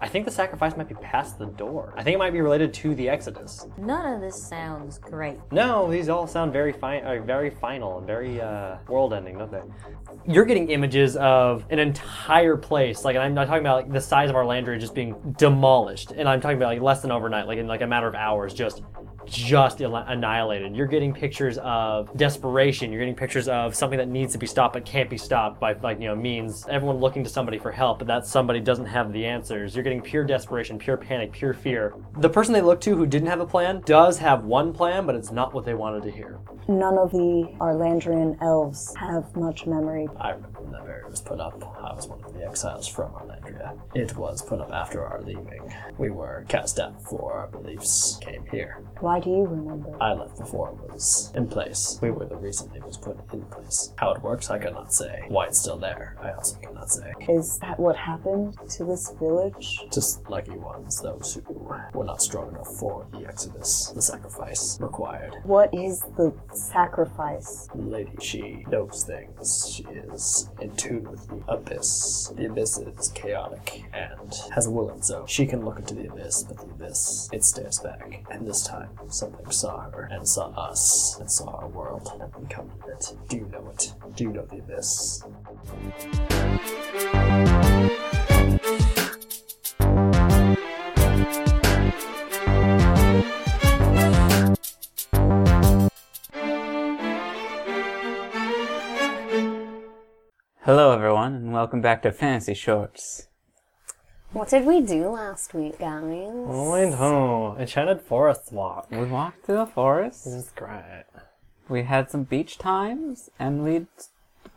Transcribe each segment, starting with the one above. I think the sacrifice might be past the door. I think it might be related to the Exodus. None of this sounds great. No, these all sound very fine, uh, very final, and very uh, world-ending, don't they? You're getting images of an entire place, like, and I'm not talking about like, the size of our Arlandria just being demolished, and I'm talking about like less than overnight, like in like a matter of hours, just just il- annihilated. You're getting pictures of desperation. You're getting pictures of something that needs to be stopped but can't be stopped by like you know means. Everyone looking to somebody for help, but that somebody doesn't have the answers. You're getting pure desperation, pure panic, pure fear. The person they look to who didn't have a plan does have one plan, but it's not what they wanted to hear. None of the Arlandrian elves have much memory. I remember when that barrier was put up. I was one of the exiles from Arlandria. It was put up after our leaving. We were cast out before our beliefs came here. Why do you remember? I left before it was in place. We were the reason it was put in place. How it works, I cannot say. Why it's still there, I also cannot say. Is that what happened to this village? Just lucky ones, those who were not strong enough for the exodus, the sacrifice required. What is the sacrifice? The lady, she knows things. She is in tune with the abyss. The abyss is chaotic and has a will of its own. She can look into the abyss, but the abyss, it stares back. And this time, something saw her and saw us and saw our world and become it. Do you know it? Do you know the abyss? Hello, everyone, and welcome back to Fantasy Shorts. What did we do last week, guys? Oh, I know. Enchanted Forest Walk. We walked through the forest, This is great. we had some beach times, and we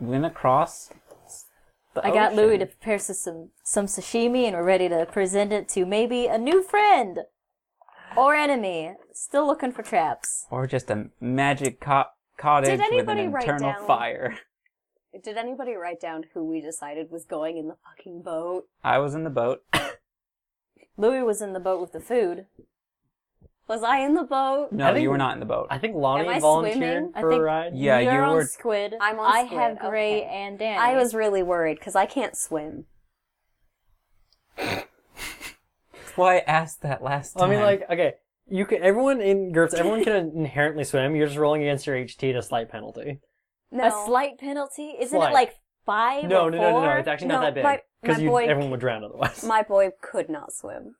went across the I got Louis to ocean. prepare us some some sashimi, and we're ready to present it to maybe a new friend or enemy. Still looking for traps. Or just a magic co- cottage with an anybody write internal down- fire. Did anybody write down who we decided was going in the fucking boat? I was in the boat. Oh, Louis was in the boat with the food. Was I in the boat? No, I think- you were not in the boat. I think Lonnie Am I volunteered swimming? for I think- a ride. yeah, You're you on were. squid. I'm on I squid, have Gray okay. and Danny. I was really worried because I can't swim. Why I asked that last I time. mean, like, okay, you can. Everyone in GURPS, everyone can inherently swim. You're just rolling against your HT to slight penalty. No. a slight penalty. Isn't Slight. it like five? No, or no, no, no, no. four? It's actually No, not that big my- because my boy- everyone would drown otherwise. My boy could not swim.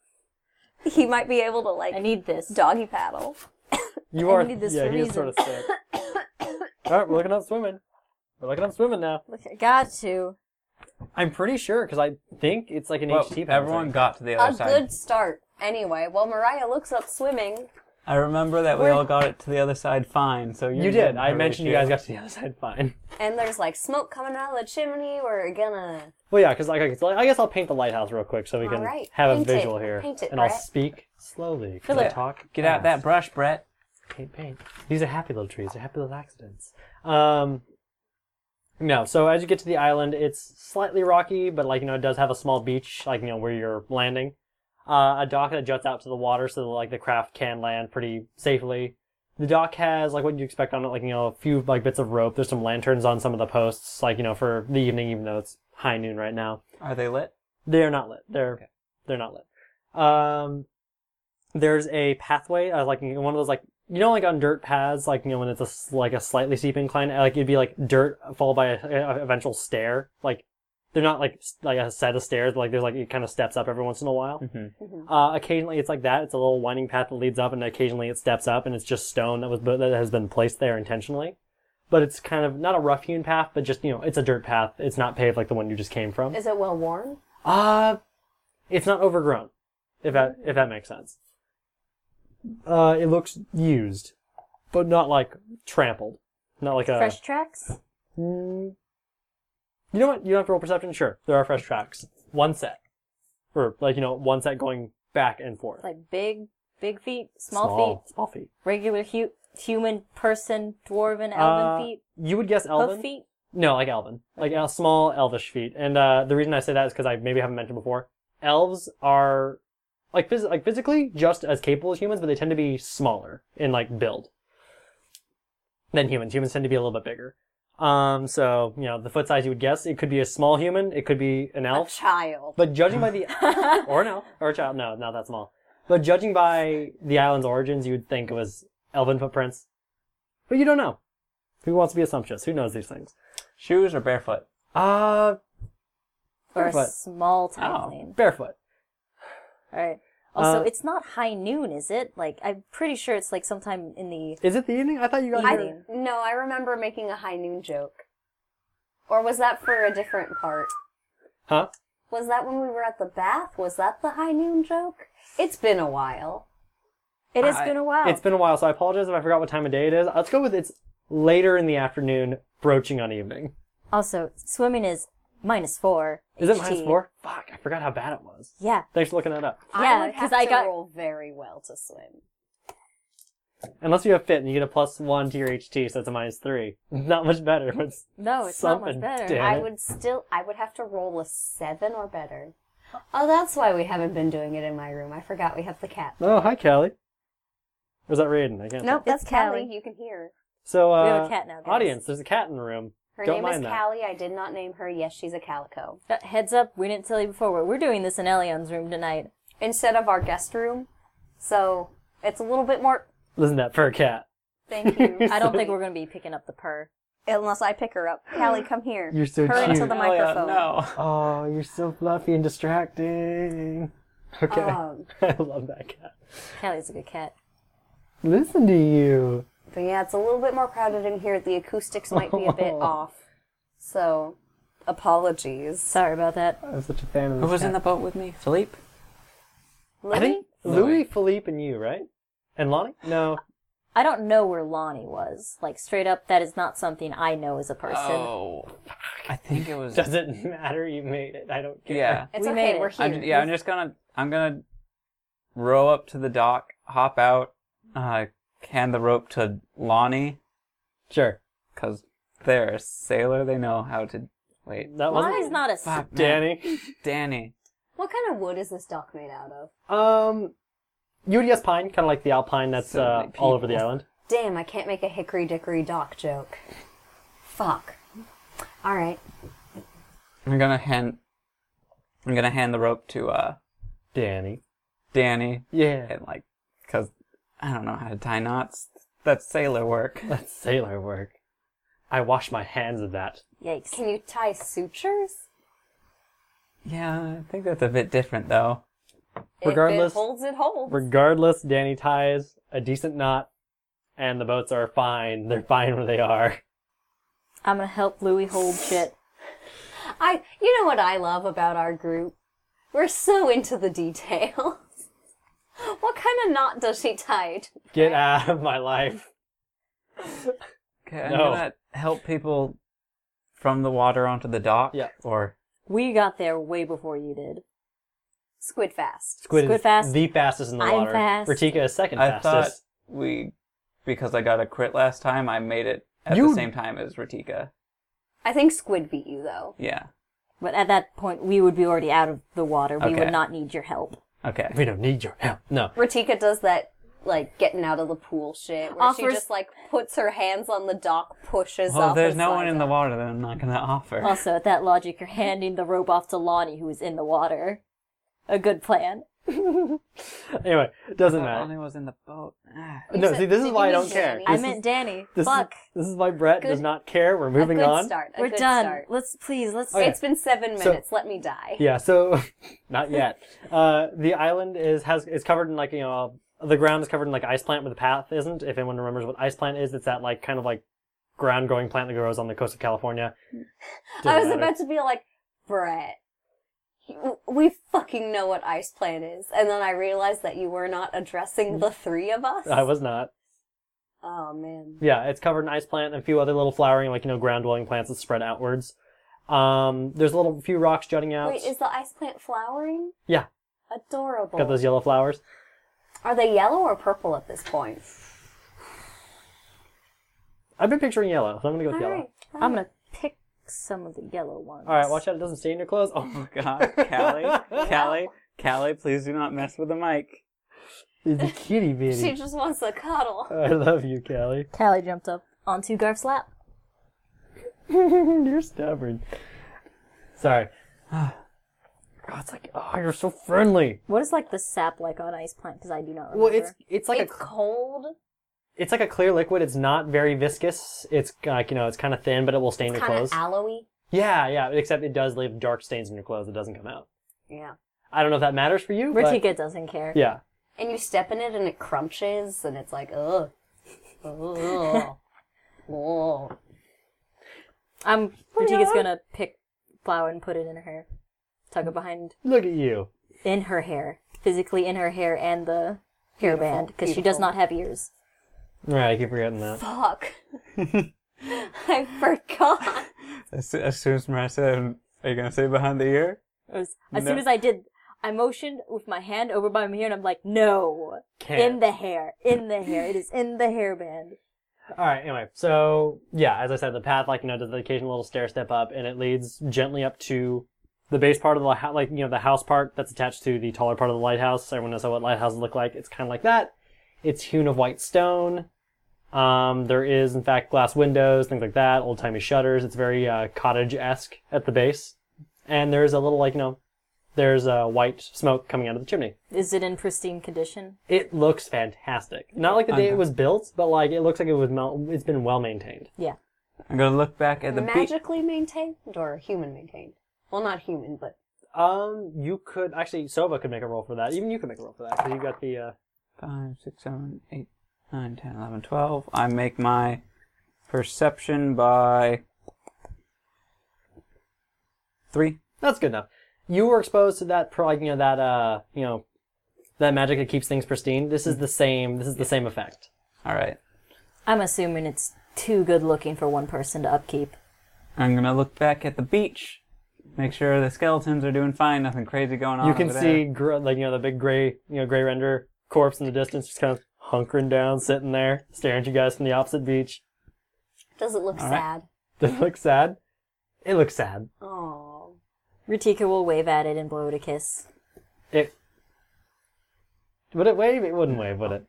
He might be able to like I need this. doggy paddle. you I are. needed this yeah, for he is sort of reasons. sick. All right, we're looking up swimming. We're looking up swimming now. Look, I got to. I'm pretty sure because I think it's like an Well, HT penalty. everyone got to the A other side. good start. Anyway, while Mariah looks up swimming, I remember that we all got it to the other side fine. So you're You did. good, I mentioned you Horatio. guys got to the other side fine. and there's like smoke coming out of the chimney, we're gonna. Well, yeah, because like, I- I guess I'll paint the lighthouse real quick so we can Alright, have paint a it, visual here, paint it, and I'll Brett. speak slowly. 'cause I Philip, talk. Get out that fast. brush, Brett. paint paint. These are happy little trees. They're happy little accidents. Um, no, so as you get to the island, it's slightly rocky, but like you know, it does have a small beach, like you know where you're landing. Uh, a dock that juts out to the water, so that, like the craft can land pretty safely. The dock has like what you expect on it, like you know, a few like bits of rope. There's some lanterns on some of the posts, like you know, for the evening, even though it's high noon right now. Are they lit? They're not lit. They're they're not lit. Um, there's a pathway, uh, like one of those like you know like on dirt paths, like you know when it's a s- like a slightly steep incline, like it'd be like dirt followed by a, a eventual stair. Like they're not like s- like a set of stairs, but, like there's like it kind of steps up every once in a while. Mhm. Mm-hmm. Uh, occasionally it's like that. It's a little winding path that leads up, and occasionally it steps up, and it's just stone that was bu- that has been placed there intentionally. But it's kind of not a rough hewn path, but just you know it's a dirt path. It's not paved like the one you just came from. Is it well worn? Uh, it's not overgrown, if that if that makes sense. Uh, it looks used, but not like trampled, not like a. Fresh tracks. Mm. you know what? You don't have to roll perception. Sure, there are fresh tracks. One set, or like you know, one set going back and forth. Like big, big feet, small, feet, feet, small feet. regular hu- human person, dwarven, elven Uh, feet, You would guess hoof Elven. feet. No, like Elven, like el- small Elvish feet. And uh, the reason I say that is because I maybe haven't mentioned before. Elves are like phys- like physically just as capable as humans, but they tend to be smaller in like build than humans. Humans tend to be a little bit bigger. Um, so you know the foot size you would guess. It could be a small human. It could be an elf. Child. But judging by the or no or a child, no, not that small. But judging by the island's origins, you'd think it was elven footprints. But you don't know. Who wants to be assumptuous? Who knows these things? Shoes or barefoot? Uh, Or a Barefoot. small Oh. tiefling. barefoot. All right. Also, Uh, it's not high noon, is it? Like, I'm pretty sure it's like sometime in the. Is it the evening? I thought you got I- here. No, I remember making a high noon joke. Or was that for a different part? Huh? Was that when we were at the bath? Was that the high noon joke? It's been a while. It has I- been a while. It's been a while, so I apologize if I forgot what time of day it is. Let's go with it's later in the afternoon, broaching on evening. Also, swimming is minus four. Is it HT. minus four? Fuck, I forgot how bad it was. Yeah. Thanks for looking that up. Yeah, I would 'cause have I to got- roll very well to swim. Unless you have fit and you get a plus one to your HT, so it's a minus three. Not much better, but it's No, it's Something not much better. did. I it. would still. I would have to roll a seven or better. Oh, that's why we haven't been doing it in my room. I forgot we have the cat. Oh, hi, Callie. Or is that Raiden? I can't. Nope, It's that's Callie. Callie. You can hear. So, uh, We have a cat now, guys. audience, there's a cat in the room. Her Don't name mind is that. Callie. I did not name her. Yes, she's a calico. Uh, heads up, we didn't tell you before, but we're doing this in Elion's room tonight. Instead of our guest room, so it's a little bit more. Listen to that for a cat. Thank you. I don't think we're going to be picking up the purr. unless I pick her up. Callie, come here. You're so Her into cute. the Oh, yeah, microphone. no. Oh, you're so fluffy and distracting. Okay. Um, I love that cat. Callie's a good cat. Listen to you. But yeah, it's a little bit more crowded in here. The acoustics might be a bit off. So, apologies. Sorry about that. I'm such a fan of Who this was cat. in the boat with me? Philippe? I think Louis, Philippe, and you, right? And Lonnie? No. I don't know where Lonnie was. Like, straight up, that is not something I know as a person. Oh. I think it was. Doesn't matter. You made it. I don't care. yeah. It's We made okay. it. We're here. I'm, yeah, I'm just gonna I'm gonna row up to the dock, hop out, uh, hand the rope to Lonnie, Sure. cause they're a sailor. They know how to. Wait, That Lonnie's wasn't not a. s- fuck, Ah, man. Danny. Danny. What kind of wood is this dock made out of? Um, you would guess pine, kind of like the alpine that's So uh, many all over the people. island. Damn, I can't make a hickory dickory dock joke. Fuck. All right. I'm gonna hand I'm gonna hand the rope to uh Danny. Danny Yeah. and like, cause I don't know how to tie knots. That's sailor work. That's sailor work. I wash my hands of that. Yikes. Can you tie sutures? Yeah, I think that's a bit different though. Regardless- If it holds, it holds. Regardless, Danny ties a decent knot, and the boats are fine. They're fine where they are. I'm going to help Louie hold shit. I. You know what I love about our group? We're so into the details. what kind of knot does she tie? Get out of my life. Okay, I'm No. gonna help people from the water onto the dock. Yeah. Or We got there way before you did. Squid fast. Squid, Squid is fast. the fastest in the I'm water. fast. Ratika is second I thought fastest. we, because I got a crit last time, I made it at You- the same time as Ratika. I think squid beat you though. Yeah. But at that point, we would be already out of the water. We Okay. would not need your help. Okay. We don't need your help. No. Ratika does that like getting out of the pool shit where she Offers- just like puts her hands on the dock, pushes Oh, Well, up. there's and no one slides in the up. water that I'm not gonna offer. Also, at that logic, you're handing the rope off to Lonnie, who is in the water. A good plan. Anyway, doesn't But matter. Lonnie was in the boat. Ah. No, said- see, this is did why I you don't mean care. Danny? I This is- meant Danny. This is- Fuck. this is why Brett does Good- not care. We're moving a good on. Start, a We're good done. Start. Let's please let's. It's been seven So- minutes. Let me die. Yeah, so not yet. Uh, the island is has is covered in like you know the ground is covered in like ice plant, but the path isn't. If anyone remembers what ice plant is, it's that like kind of like ground growing plant that grows on the coast of California. Doesn't I was matter. about to be like, Brett, you- we fucking know what ice plan is, and then I realized that you were not addressing the three of us. I was not. Oh man. Yeah, it's covered in ice plant and a few other little flowering, like you know, ground dwelling plants that spread outwards. Um, there's a little few rocks jutting out. Wait, is the ice plant flowering? yeah, Adorable. got those yellow flowers. Are they yellow or purple at this point? I've been picturing yellow, so I'm gonna go with yellow. Alright. I'm gonna pick some of the yellow ones. All right, watch out! It doesn't stay in your clothes. Oh Oh God, Callie, Callie, Callie! Please do not mess with the mic. It's kitty She bitty. just wants a cuddle. I love you, Callie. Callie jumped up onto Garf's lap. you're stubborn. Sorry. God, it's like, oh, you're so friendly. What is like the sap like on ice plant? Because I do not remember. Well, it's it's like it's a cl- cold. it's like a clear liquid. It's not very viscous. It's like you know, it's kind of thin, but it will stain your Kind of clothes. alloy. yeah, yeah. Except it does leave dark stains in your clothes. It doesn't come out. Yeah. I don't know if that matters for you. but- Richika doesn't care. yeah. And you step in it and it crunches and it's like ugh, ugh, ugh. I'm Richika's Um, gonna pick flower and put it in her hair, tuck it behind Look at you. in her hair, physically in her hair and the hairband because she does not have ears. All right, I keep forgetting that. Fuck. I forgot. As, soo- as soon as Mariah said, are you going to say behind the ear? It was- as No. soon as I did, I motioned with my hand over by my ear and I'm like, no, in the hair, in the hair. It is in the hairband. All right. Anyway, so yeah, as I said, the path like you know does the occasional little stair step up, and it leads gently up to the base part of the hou- like you know the house part that's attached to the taller part of the lighthouse. Everyone knows how what lighthouses look like. It's kind of like that. It's hewn of white stone. Um, there is in fact glass windows, things like that, old timey shutters. It's very uh, cottage esque at the base, and there's a little like you know there's uh, white smoke coming out of the chimney. Is it in pristine condition? It looks fantastic. Not like the day it was built, but like it looks like it was mel- it's been well maintained. Yeah. I'm going to look back at the beach. Magically maintained or human maintained? Well, not human, but Um, you could actually Sova could make a roll for that. Even you could make a roll for that because you got the. Uh, Five, six, seven, eight, nine, ten, eleven, twelve. I make my perception by three. that's good enough. You were exposed to that, pro- like you know that uh, you know, that magic that keeps things pristine. This is the same. This is the same effect. All right. I'm assuming it's too good looking for one person to upkeep. I'm going to look back at the beach, make sure the skeletons are doing fine, nothing crazy going on. you can over see there. gr- like you know the big gray you know gray render corpse in the distance, just kind of hunkering down, sitting there, staring at you guys from the opposite beach. does it look All right. sad? Does it look sad? It looks sad. Oh, Ritika will wave at it and blow it a kiss. It. Would it wave? It wouldn't wave, would it?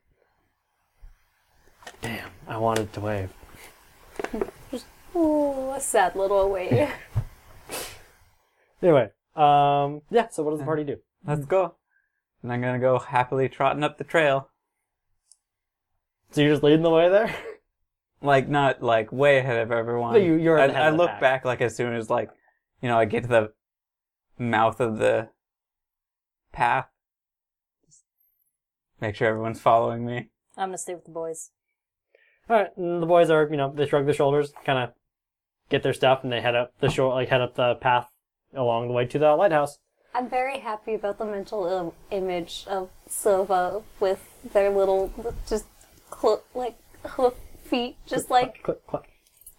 Damn, I wanted to wave. oh, a sad little wave. Anyway, um, yeah. So what does the party do? Let's go. And I'm going to go happily trotting up the trail. So you're just leading the way there. Like, not like way ahead of everyone. But you- you're I, ahead I of the look pack. back, like, as soon as, like, you know, I get to the mouth of the path. Make sure everyone's following me. I'm gonna stay with the boys. All right, and the boys are you know they shrug their shoulders, kind of get their stuff, and they head up the shore, like head up the path along the way to the lighthouse. I'm very happy about the mental Im- image of Silva with their little, just cl- like hoof feet, just like Click, click.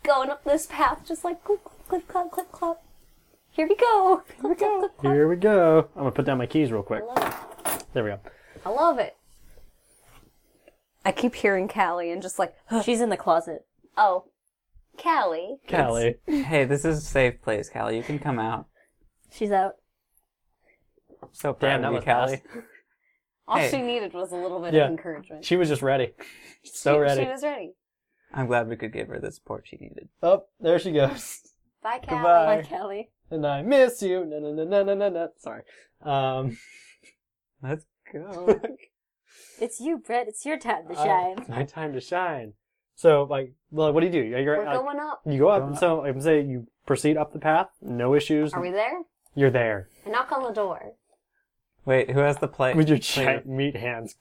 going up this path, just like clip, clip, clip, clip, clip. Here we go. Here we go. Clip, clip, Here we go. I'm gonna put down my keys real quick. There we go. I love it. I keep hearing Callie and just like, She's in the closet. oh, Callie. Callie, Hey, this is a safe place, Callie. You can come out. She's out. So proud Damn, that of you, was Callie. fast. All Hey. she needed was a little bit Yeah. of encouragement. she was just ready, so She- ready. She was ready. I'm glad we could give her the support she needed. Oh, there she goes. Bye, Callie. Goodbye. Hi, Kelly. And I miss you. Na na na na na na. na. Sorry. Um, Let's go. It's you, Brett. It's your time to I- shine. it's my time to shine. So like, well, what do you do? You're, We're like, going up. You go up, Going up. so I'm say you proceed up the path, no issues. Are we there? You're there I knock on the door. Wait, who has the play? with your play- giant meat hands.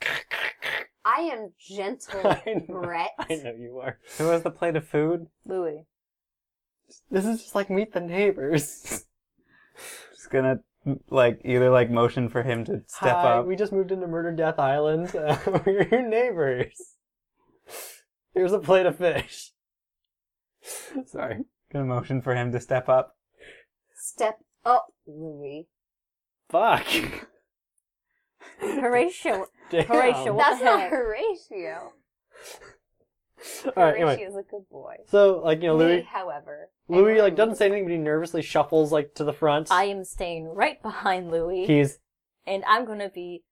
I am gentle, I know. Brett. I know you are. Who has the plate of food? Louis. This is just like meet the neighbors. Just gonna like either like motion for him to step Hi, up. We just moved into Murder Death Island. Uh, we're your neighbors. Here's a plate of fish. Sorry. Gonna motion for him to step up. Step up, Louis. Fuck. Horatio. Damn. Horatio, what That's the not heck? Horatio. All right. Horatio Anyway, is a good boy. so like you know, Me, Louis. however, Louis am- like doesn't say anything, but he nervously shuffles like to the front. I am staying right behind Louis, He's and I'm gonna be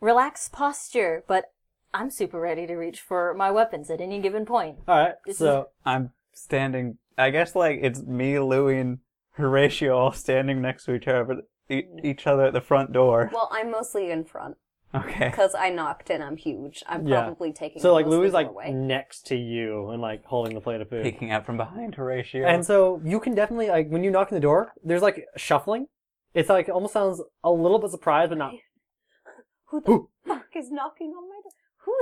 relaxed posture, but I'm super ready to reach for my weapons at any given point. all right. This so I'm standing I guess like it's me, Louie, and Horatio all standing next to each other, but e- each other at the front door. Well, I'm mostly in front Okay. because I knocked and I'm huge. I'm Yeah. probably taking. So like most Louis people like away. next to you and like holding the plate of food. Peeking out from behind Horatio. And so you can definitely like when you knock on the door, there's like shuffling. It's like it almost sounds a little bit surprised, but not. who the fuck is knocking on my door? Who?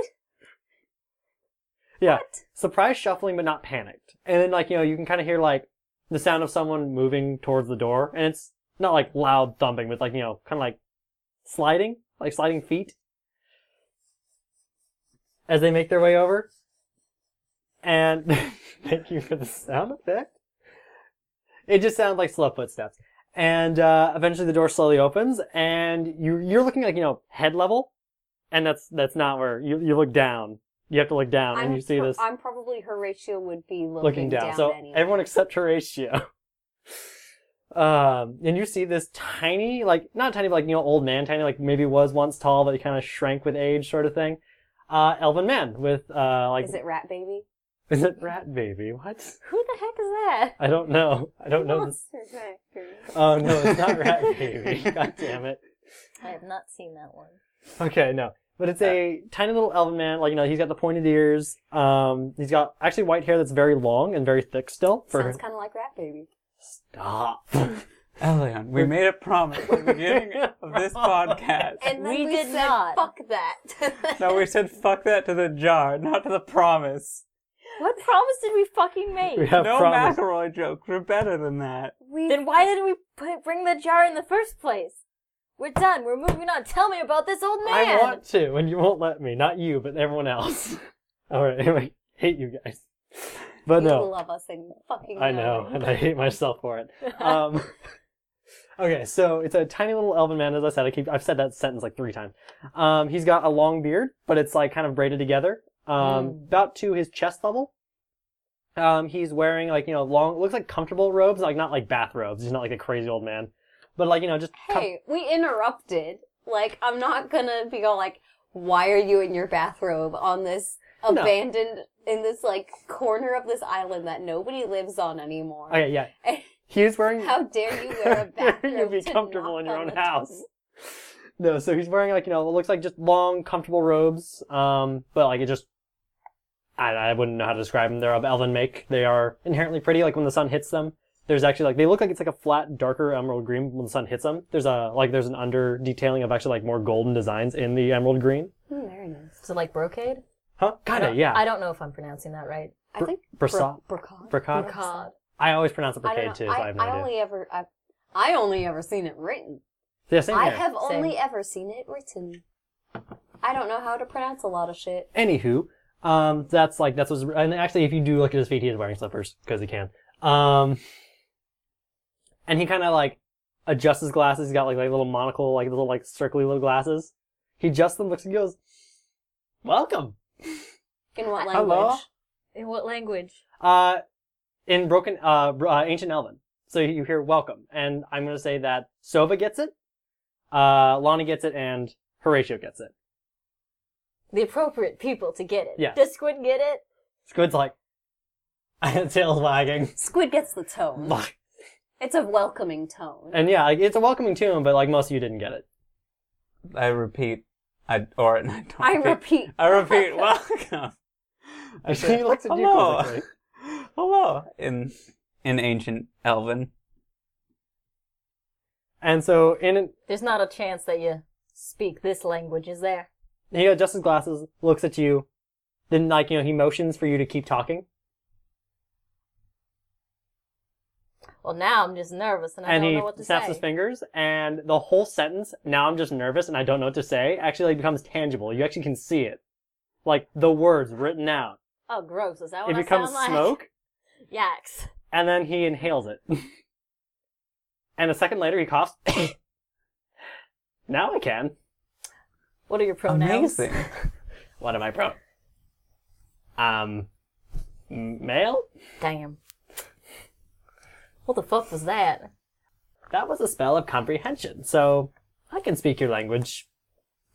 Yeah, surprised shuffling, but not panicked. And then like you know you can kind of hear like the sound of someone moving towards the door, and it's not like loud thumping, but like you know kind of like sliding, like sliding feet as they make their way over. And thank you for the sound effect. It just sounds like slow footsteps. And uh, eventually the door slowly opens, and you you're looking like you know head level, and that's that's not where you you look down. You have to look down, and you see pro- this I'm probably Horatio would be looking, looking down. So anyway. everyone except Horatio. Um, and you see this tiny, like not tiny, but like you know, old man, tiny, like maybe was once tall, but he kind of shrank with age, sort of thing. Uh, elven man with uh, like is it Rat Baby? is it rat baby? What? Who the heck is that? I don't know. I don't know this. Monster Factory. Oh no, it's not rat baby. God damn it. I have not seen that one. Okay, no. But it's a tiny little elven man. Like you know, he's got the pointed ears. Um, he's got actually white hair that's very long and very thick still. For Sounds kind of like Rat Baby. stop. Elion, we made a promise at the beginning of this podcast. And then We we did said, not. "Fuck that." No, we said fuck that to the jar, not to the promise. What promise did we fucking make? We have no promised. McElroy jokes are better than that. Then why did we put, bring the jar in the first place? We're done. We're moving on. Tell me about this old man. I want to, and you won't let me. Not you, but everyone else. All right, anyway, hate you guys. But you no, love us and you fucking. I know, it. and I hate myself for it. Um, okay, so it's a tiny little elven man, as I said. I keep, I've said that sentence like three times. Um, he's got a long beard, but it's like kind of braided together, um, Mm. about to his chest level. Um, he's wearing like you know long, looks like comfortable robes, like not like bath robes. He's not like a crazy old man, but like you know just com- Hey, we interrupted. Like, I'm not gonna be all like, why are you in your bathrobe on this abandoned, in this like corner of this island that nobody lives on anymore? okay, yeah. He's wearing How dare you wear a bathrobe? You'd be to comfortable in knock your on own the house. No, so he's wearing like you know what looks like just long, comfortable robes. Um, but like it just, I, I wouldn't know how to describe them. They're of elven make. They are inherently pretty. Like when the sun hits them, there's actually like they look like it's like a flat, darker emerald green. When the sun hits them, there's a like there's an under detailing of actually like more golden designs in the emerald green. Hmm, very nice. So like brocade? Huh? Kinda, yeah. I don't know if I'm pronouncing that right. I think Brasa- brocade. brocade? Brocade. I always pronounce it I don't brocade too, know. so I, I, have no I idea. only ever I, I only ever seen it written. yeah, same I here. have only ever seen it written. I don't know how to pronounce a lot of shit. Anywho, um, that's like that's what's and actually if you do look at his feet, he is wearing slippers because he can. Um, and he kind of like adjusts his glasses. He's got like like little monocle, like little like circly little glasses. He adjusts them, looks and goes, "Welcome." In what language? Hello? In what language? Uh, in broken uh, br- uh ancient Elven, so you hear "Welcome," and I'm gonna say that Sova gets it, uh, Lana gets it, and Horatio gets it. The appropriate people to get it. Yeah. Does Squid get it? Squid's like, tails wagging. Squid gets the tone. It's a welcoming tone. And yeah, like, it's a welcoming tune, but like most of you didn't get it. I repeat, I or I don't. I repeat. I repeat, welcome. I He looks at you hello, quizzically. hello. In in ancient Elven, And so in There's not a chance that you speak this language, is there? he adjusts his glasses, looks at you, then like you know he motions for you to keep talking, Well, now I'm just nervous and I and don't he know what to snaps say. his fingers, and the whole sentence "Now I'm just nervous and I don't know what to say" actually like, becomes tangible. You actually can see it, like the words written out. Oh, gross. Is that it what I becomes sound like? smoke, Yaks. and then he inhales it. and a second later, he coughs. now I can. What are your pronouns? amazing. What am I pro? Um, m- male. Damn. What the fuck was that? That was a spell of comprehension, so I can speak your language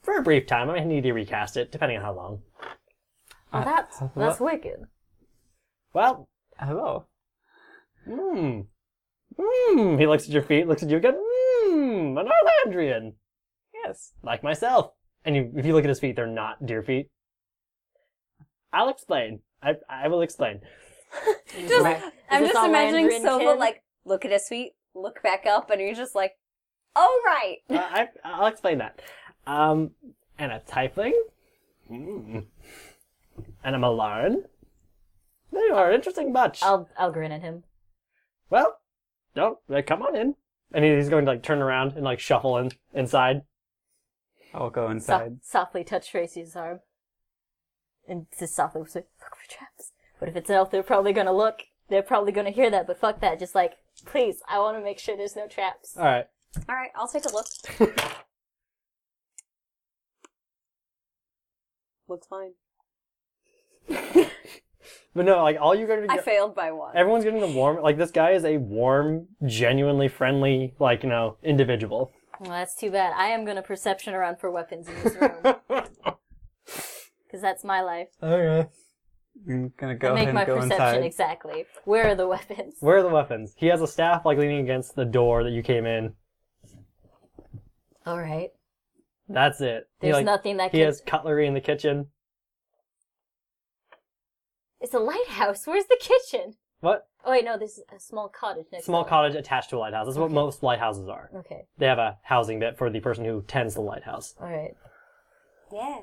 for a brief time. I may need to recast it, depending on how long. Uh, Uh, Well, that's that's wicked. Well, Hello. Mmm. Mmm. He looks at your feet, looks at you again. Mmm. An Arlandrian. Yes, like myself. And you, if you look at his feet, they're not deer feet. I'll explain. I, I will explain. Just, I'm this just all imagining Mandarin Silva kid? like look at his feet, look back up, and you're just like, oh right. Uh, I, I'll explain that. Um, and a tiefling. Mm. And a Malaran. They are an interesting bunch. I'll I'll grin at him. Well, don't uh, come on in. And he- he's going to like turn around and like shuffle in inside. I'll go So- inside. softly touch Tracy's arm. And just softly say, look for traps. But if it's an elf, they're probably gonna look. They're probably gonna hear that, but fuck that. Just like, please, I wanna make sure there's no traps. All right. All right, I'll take a look. Looks fine. But no, like all you're going to I failed by one. Everyone's getting a warm. Like this guy is a warm, genuinely friendly, like you know, individual. Well, that's too bad. I am gonna perception around for weapons in this room. Because that's my life. Okay. I'm gonna go I make and my go perception inside. exactly. Where are the weapons? Where are the weapons? He has a staff like leaning against the door that you came in. All right. That's it. He, There's like- nothing that He can. has cutlery in the kitchen. It's a lighthouse. Where's the kitchen? What? Oh wait, no. There's a small cottage next. Small door. cottage attached to a lighthouse. That's what most lighthouses are. Okay. They have a housing bit for the person who tends the lighthouse. All right. yes.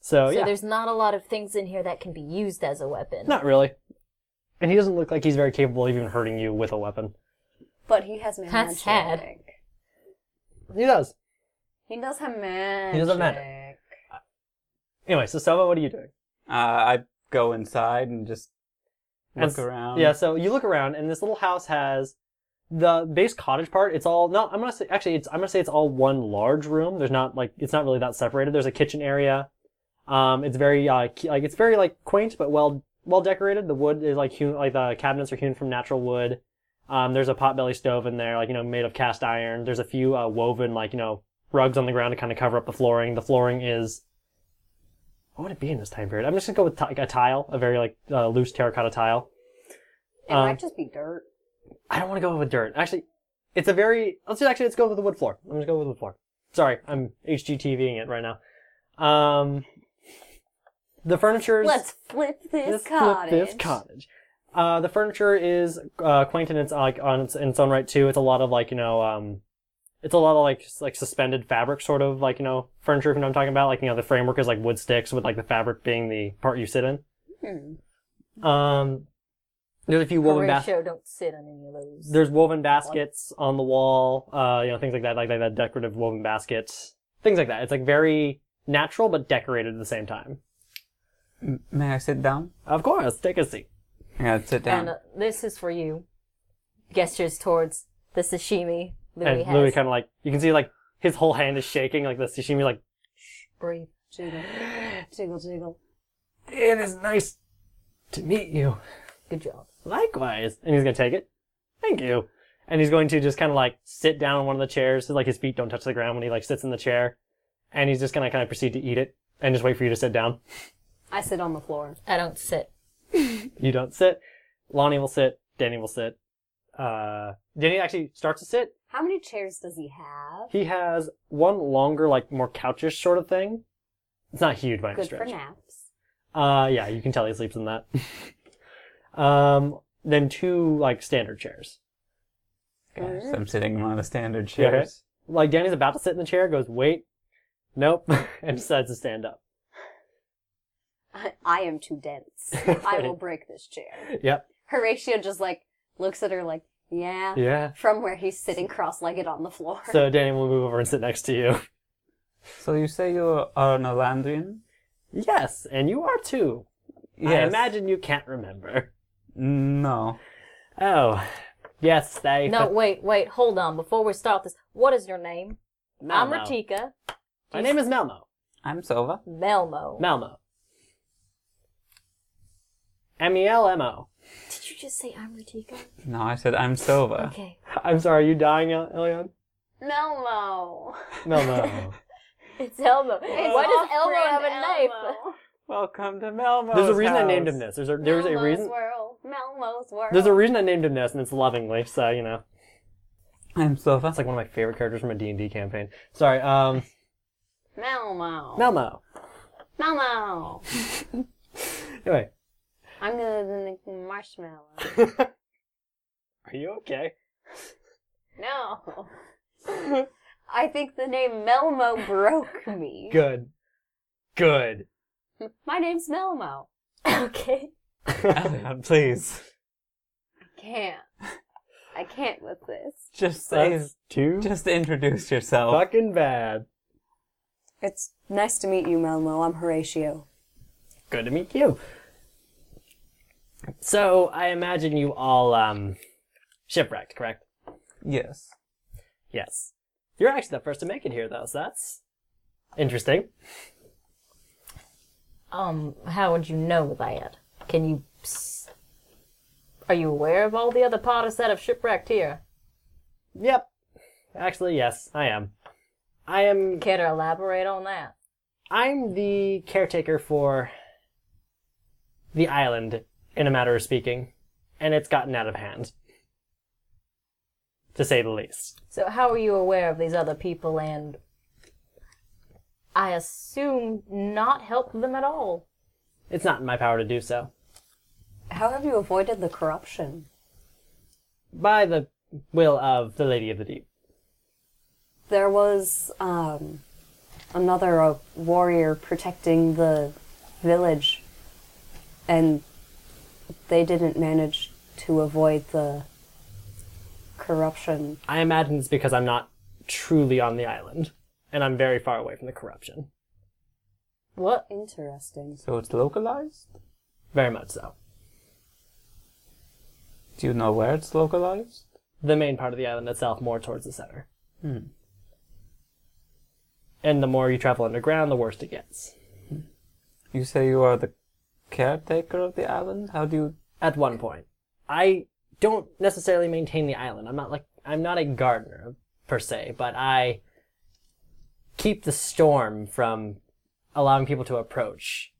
So, so Oh, yeah, there's not a lot of things in here that can be used as a weapon. not really. And he doesn't look like he's very capable of even hurting you with a weapon. But he has magic. sad. He does. He does have magic. He does have magic. Anyway, so Sova, what are you doing? Uh, I go inside and just And look s- around. Yeah, so you look around, and this little house has the base cottage part. It's all no. I'm gonna say actually, it's I'm gonna say it's all one large room. There's not like it's not really that separated. There's a kitchen area. Um, it's very uh cu- like it's very like quaint but well well decorated. The wood is like hewn like the cabinets are hewn from natural wood. Um, there's a potbelly stove in there, like you know, made of cast iron. There's a few uh, woven like you know rugs on the ground to kind of cover up the flooring. The flooring is what would it be in this time period? I'm just gonna go with ti- a tile, a very like uh, loose terracotta tile. It Um, might just be dirt. I don't want to go with dirt. Actually, it's a very. Let's just, actually let's go with the wood floor. I'm just go with the wood floor. Sorry, I'm HGTVing it right now. Um, the furniture. Let's flip this Let's flip cottage. This cottage. Uh, the furniture is uh, quaint in its like on its, in its own right too. It's a lot of like you know, um, it's a lot of like s- like suspended fabric sort of like you know furniture. If you know what I'm talking about, like you know the framework is like wood sticks with like the fabric being the part you sit in. Hmm. Um, there's a few woven baskets. Horatio, don't sit on any of those. There's woven baskets on the wall, uh, you know, things like that, like, like that decorative woven baskets, things like that. It's like very natural but decorated at the same time. M- May I sit down? Of course, take a seat. Yeah, sit down. And uh, this is for you. Gestures towards the sashimi Louis And has. Louis kind of like you can see like his whole hand is shaking, like the sashimi, like Breathe. Jiggle. Jiggle, jiggle. it is nice to meet you. Good job. Likewise, and he's gonna take it. Thank you. And he's going to just kind of like sit down on one of the chairs, so, like his feet don't touch the ground when he like sits in the chair, and he's just gonna kind of proceed to eat it and just wait for you to sit down. I sit on the floor. I don't sit. You don't sit. Lonnie will sit. Danny will sit. Uh, Danny actually starts to sit. How many chairs does he have? He has one longer, like more couchish sort of thing. It's not huge by any Good for stretch. naps. Uh, yeah, you can tell he sleeps in that. um, then two like standard chairs. Gosh, I'm sitting on the standard You okay? chairs. Like Danny's about to sit in the chair, goes wait, nope, and decides to stand up. I, I am too dense. I will break this chair. Yep. Horatio just like looks at her like, yeah. Yeah. From where he's sitting cross-legged on the floor. So Danny will move over and sit next to you. So you say you are an Alandrian? Yes, and you are too. I imagine you can't remember. No. Oh, yes, they. No, wait, wait, hold on. Before we start this, what is your name? I'm Malmo. Ratika My name is Malmo. I'm Silva. Melmo. Malmo. M E L M O. Did you just say I'm Ratika? No, I said I'm Silva. Okay. I'm sorry, are you dying, El- Elion? Melmo. Malmo. It's Elmo. Why does Elmo have a knife? Welcome to Melmo's. There's a reason I house. named him this. There's a there's a Melmo's reason World. Melmo's World. there's a reason I named him this, and it's lovingly. So you know, I'm so that's like one of my favorite characters from a D and D campaign. Sorry, um, Melmo. Melmo. Melmo. Anyway, I'm gonna make marshmallow. are you okay? No. I think the name Melmo broke me. Good, good. My name's Melmo. Okay. "Oh, Alan, please. I can't. I can't with this. Just say, That's too just introduce yourself. fucking bad. It's nice to meet you, Melmo. I'm Horatio. Good to meet you. So I imagine you all um shipwrecked, correct? Yes. Yes. You're actually the first to make it here, though, so that's interesting. Um, how would you know that? Can you? s- Are you aware of all the other potters that have shipwrecked here? Yep. Actually, yes, I am. I am. Care to elaborate on that? I'm the caretaker for the island, in a matter of speaking, and it's gotten out of hand, to say the least. So, how are you aware of these other people and I assume not help them at all? It's not in my power to do so. How have you avoided the corruption? By the will of the Lady of the Deep. There was um, another uh, warrior protecting the village, and they didn't manage to avoid the corruption. I imagine it's because I'm not truly on the island, and I'm very far away from the corruption. What? Interesting. So it's localized? Very much so. Do you know where it's localized? the main part of the island itself more towards the center. And the more you travel underground, the worse it gets. You say you are the caretaker of the island? How do you. At one point, I don't necessarily maintain the island. I'm not like I'm not a gardener per se, but I keep the storm from allowing people to approach.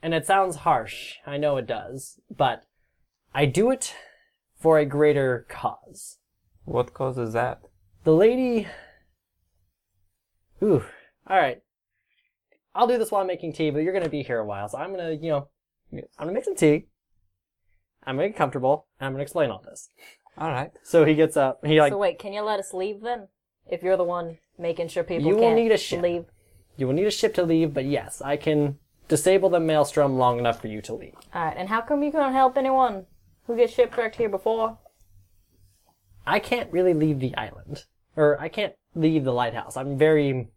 And it sounds harsh. I know it does, but I do it for a greater cause. What causes that? The lady. Ooh. All right. I'll do this while I'm making tea, but you're gonna be here a while, so I'm gonna, you know, Yes. I'm gonna make some tea. I'm gonna get comfortable, and I'm gonna explain all this. Alright. So he gets up. He like, so, wait, can you let us leave then? If you're the one making sure people You will can't need a ship. leave. you will need a ship to leave, but yes, I can disable the maelstrom long enough for you to leave. Alright, and how come you couldn't help anyone who gets shipwrecked here before? I can't really leave the island, or I can't leave the lighthouse. I'm very,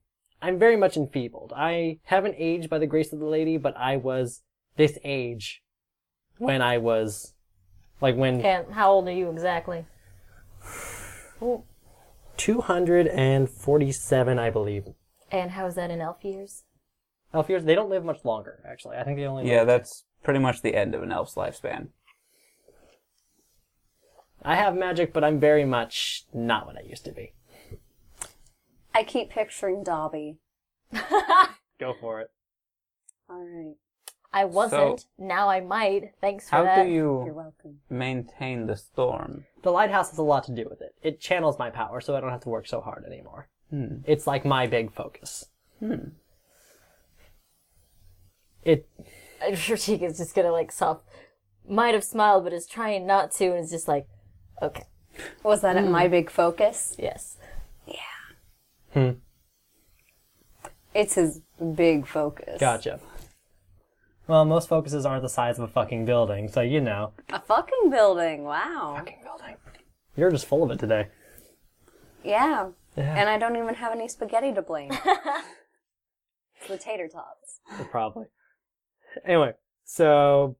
I'm very much enfeebled. I haven't aged by the grace of the lady, but I was this age when I was, like when And how old are you exactly? 247, I believe. And how is that in elf years? Elf years, they don't live much longer, actually. I think they only Yeah, live- that's pretty much the end of an elf's lifespan. I have magic, but I'm very much not what I used to be. I keep picturing Dobby. Go for it. All right, I wasn't. now I might. Thanks for How that. do you're you welcome. maintain the storm? The lighthouse has a lot to do with it. It channels my power, so I don't have to work so hard anymore. It's like my big focus. It I'm sure she is just gonna like soft. Might have smiled, but is trying not to, and is just like, okay, Was that at Hmm. my big focus? yes. It's his big focus. gotcha. Well, most focuses aren't the size of a fucking building, so you know. A fucking building. Wow. building. You're just full of it today. Yeah. And I don't even have any spaghetti to blame. It's the tater tots. probably. Anyway, so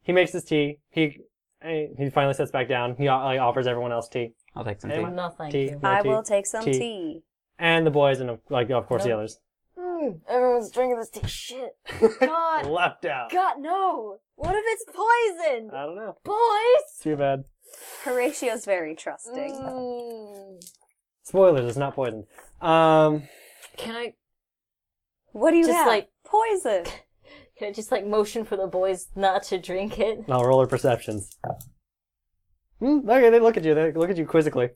he makes his tea. He eh, he finally sits back down. He o- like, offers everyone else tea. I'll take some Anyone? tea. No, thank tea. you. more I tea, will take some tea. tea. And the boys and like of course the others Hmm, Everyone's drinking this tea. Shit. God. left out. God, no. What if it's poison? Uh. I don't know. Boys. Too bad. Horatio's very trusting. Hmm. Spoilers. It's not poison. Um. Can I What do you Just have? like- poison. Can I just like motion for the boys not to drink it? Now roll her perceptions. Hmm, okay, they look at you. They look at you quizzically.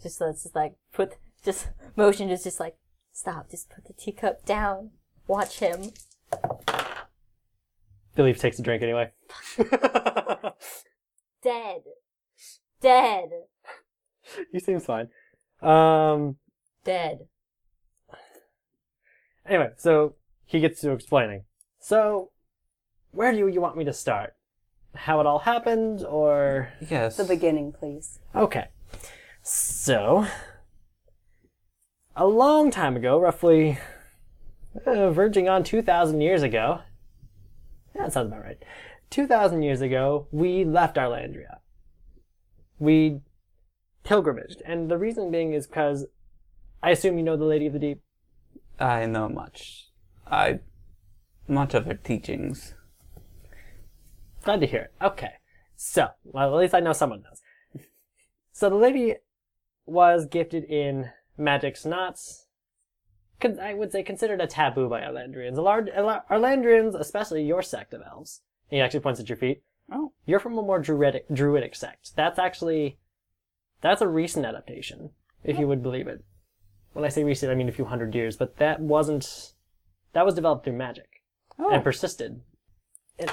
Just let's just like put just motion just just like stop. Just put the teacup down. Watch him. Billy takes a drink anyway. Dead. Dead. he seems fine. Um. Dead. Anyway, so he gets to explaining. So, where do you, you want me to start? How it all happened, or Yes. The beginning, please. Okay. So, a long time ago, roughly uh, verging on 2,000 years ago, yeah, that sounds about right. 2,000 years ago, we left Arlandria. We pilgrimaged. And the reason being is because I assume you know the Lady of the Deep. I know much. I much of her teachings. Glad to hear it. Okay. So, well, at least I know someone knows. So the lady was gifted in magic's knots. Con- I would say considered a taboo by Arlandrians. A large, a lar- Arlandrians, especially your sect of elves. He actually points at your feet. Oh. You're from a more druidic, druidic sect. That's actually, that's a recent adaptation, if you would believe it. When I say recent, I mean a few hundred years, but that wasn't, that was developed through magic and persisted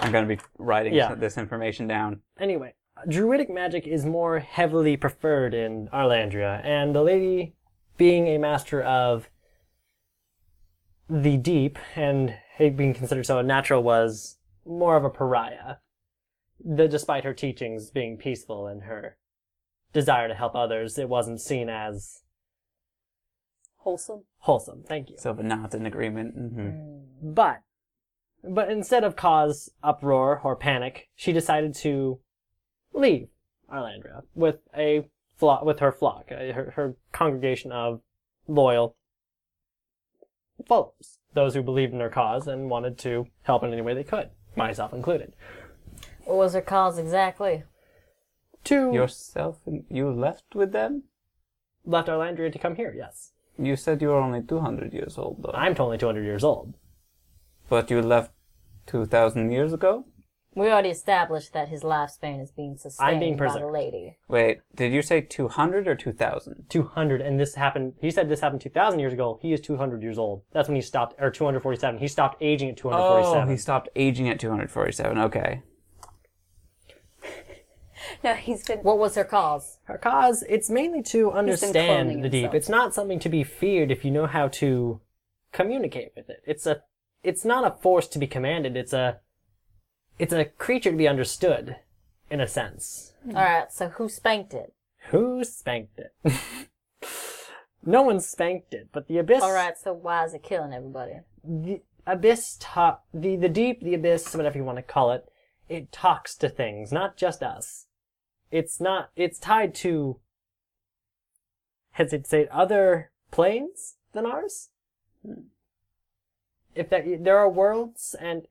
I'm gonna be writing Yeah. this information down. anyway, druidic magic is more heavily preferred in Arlandria, and the lady, being a master of the deep and it being considered so unnatural, was more of a pariah. The, despite her teachings being peaceful and her desire to help others, it wasn't seen as Wholesome. wholesome. Thank you. So, but now it's an agreement. hmm Mm. But, but instead of cause uproar or panic, she decided to leave Arlandria with a flock, with her flock, uh, her, her congregation of loyal followers, those who believed in her cause and wanted to help in any way they could, myself included. What was her cause exactly? Oh. To Yourself, and you left with them. left Arlandria to come here. Yes, You said you were only 200 years old, though. I'm only 200 years old. But you left 2,000 years ago. We already established that his lifespan is being sustained I'm being by the preserved. lady. Wait, did you say 200 or 2,000? 200 and this happened he said this happened 2000 years ago he is 200 years old that's when he stopped or 247 he stopped aging at 247 Oh, he stopped aging at 247. Okay. No, he's been. What was her cause? her cause it's mainly to understand cloning the deep himself. it's not something to be feared if you know how to communicate with it it's a it's not a force to be commanded it's a it's a creature to be understood in a sense All right, so who spanked it? who spanked it no one spanked it but the abyss All right, so why is it killing everybody? the abyss talk the the deep the abyss whatever you want to call it it talks to things not just us it's not it's tied to has it say other planes than ours if that there are worlds and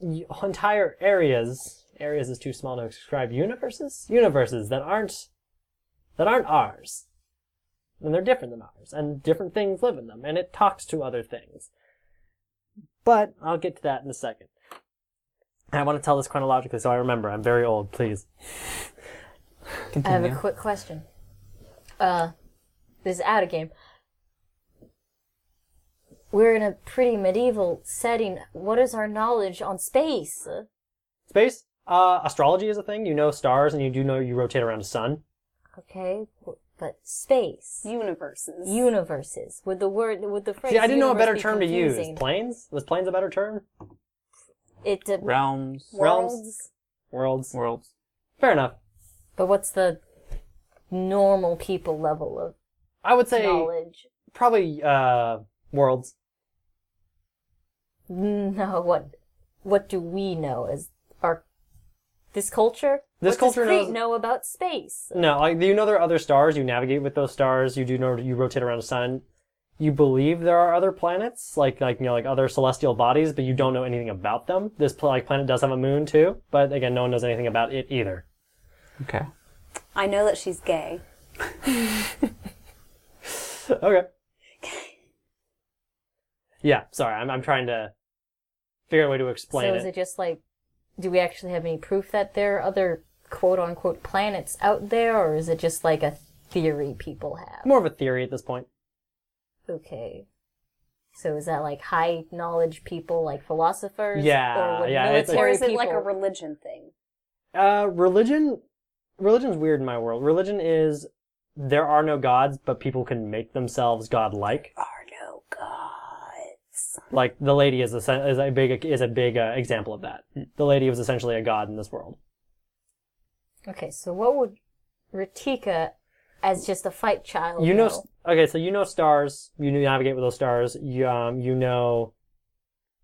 y- entire areas areas is too small to describe universes universes that aren't that aren't ours and they're different than ours and different things live in them and it talks to other things but I'll get to that in a second. And I want to tell this chronologically so I remember. I'm very old, please. I have a quick question. Uh, this is out of game. We're in a pretty medieval setting. What is our knowledge on space? Space? Uh, astrology is a thing. You know stars and you do know you rotate around a sun. Okay, w- but space, Hmm. Universes. universes. Would the word, would the phrase? See, I didn't know a universe better be term to use. confusing? Planes? Was planes a better term? It, de- Realms, Realms? Worlds? worlds. Fair enough. but what's the normal people level of I would say knowledge? probably uh, worlds. No, what, what do we know as our this culture? This what culture does Crete knows- know about space? No, like, you know there are other stars. You navigate with those stars. You do know you rotate around a sun. You believe there are other planets, like like you know like other celestial bodies, but you don't know anything about them. This pl- like planet does have a moon too, but again, no one knows anything about it either. Okay. I know that she's gay. okay. Yeah, sorry, I'm I'm trying to figure out a way to So explain is it. it just like, do we actually have any proof that there are other quote unquote planets out there, or is it just like a theory people have? More of a theory at this point. Okay. So is that like high knowledge people, like philosophers? Yeah, or would yeah, it's- military Or is it like a people- religion thing? Uh, religion, religion's weird in my world. Religion is there are no gods, but people can make themselves godlike. Are Oh, no gods. Like the lady is a is a big is a big uh, example of that. Hmm. The lady was essentially a god in this world. Okay, so what would Ratika, as just a fight child, You know, s- okay, so you know stars. You navigate with those stars. You um, you know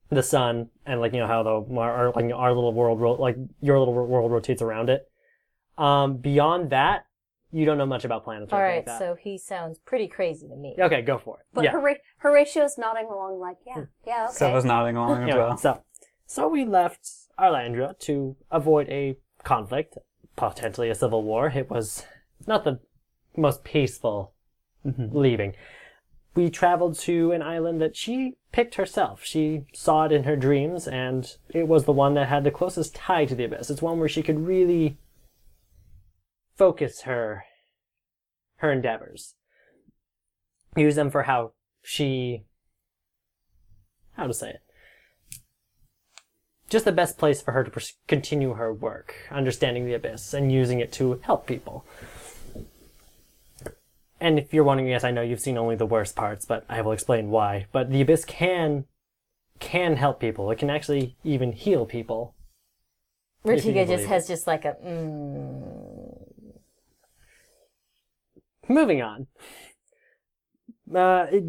the sun and like you know how the our, our- like our little world ro- like your little wor- world rotates around it. Um, beyond that, you don't know much about planets. or All anything right, like that. so he sounds pretty crazy to me. okay, go for it. But yeah. Hmm. Hora- Horatio's nodding along, like, yeah, yeah, okay. Seth was nodding along as Anyway, well. so so we left Arlandra to avoid a conflict, potentially a civil war. It was not the most peaceful leaving. We traveled to an island that she picked herself. She saw it in her dreams, and it was the one that had the closest tie to the abyss. It's one where she could really focus her her endeavors, use them for how she how to say it just the best place for her to pers- continue her work, understanding the abyss and using it to help people. And if you're wondering, yes, I know you've seen only the worst parts, but I will explain why. But the abyss can can help people. It can actually even heal people. if you can Ratika believe just it. has just like a mm, Moving on. Uh, it,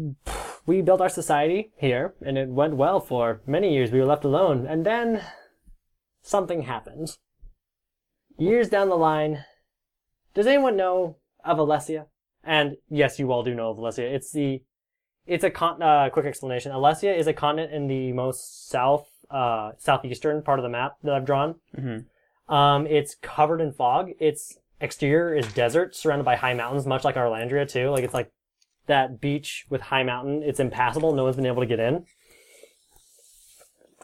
we built our society here, and it went well for many years. We were left alone, and then something happened. Years down the line, does anyone know of Alessia? And yes, you all do know of Alessia. It's the, it's a con- uh, quick explanation. Alessia is a continent in the most south, uh, southeastern part of the map that I've drawn. Um, it's covered in fog. Its exterior is desert, surrounded by high mountains, much like Arlandria too. Like it's like that beach with high mountain. It's impassable. No one's been able to get in.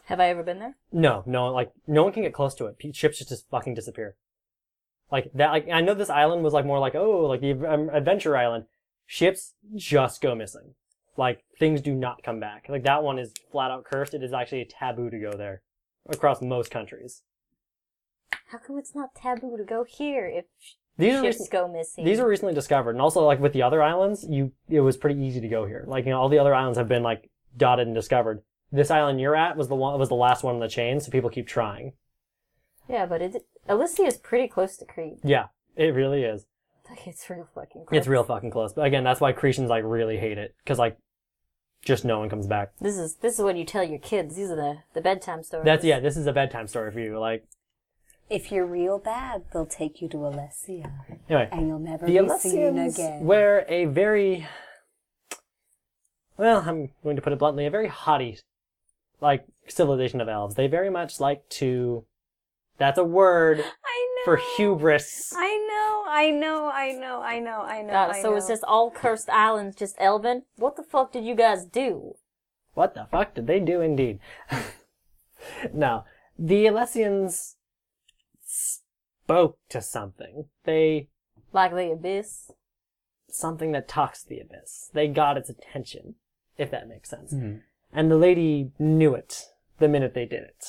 Have I ever been there? No, no, like no one can get close to it. Pe- Ships just, just fucking disappear. Like that. Like I know this island was like more like oh like the um, adventure island. Ships just go missing. Like things do not come back. Like that one is flat out cursed. It is actually a taboo to go there across most countries. How come it's not taboo to go here if sh- These are ships recent- go missing? These were recently discovered, and also like with the other islands, you it was pretty easy to go here. Like you know, all the other islands have been like dotted and discovered. This island you're at was the one was the last one in the chain, so people keep trying. yeah, but it Elysia is pretty close to Crete. Yeah, it really is. Like it's real fucking close. It's real fucking close. But again, that's why Cretians like really hate it because like just no one comes back. This is this is when you tell your kids. These are the the bedtime stories. Uh, That's yeah. This is a bedtime story for you. Like If you're real bad, they'll take you to Alessia, anyway, and you'll never the be seen Alessians again. were a very well, I'm going to put it bluntly, a very haughty like civilization of elves. They very much like to that's a word I know. for hubris. I know. I know. I know. I know. I know. Uh, I so it's know. just all cursed islands, just Elven. What the fuck did you guys do? What the fuck did they do indeed? no. The Alessians spoke to something. They Like the abyss. something that talks to the abyss. They got its attention, if that makes sense. And the lady knew it the minute they did it.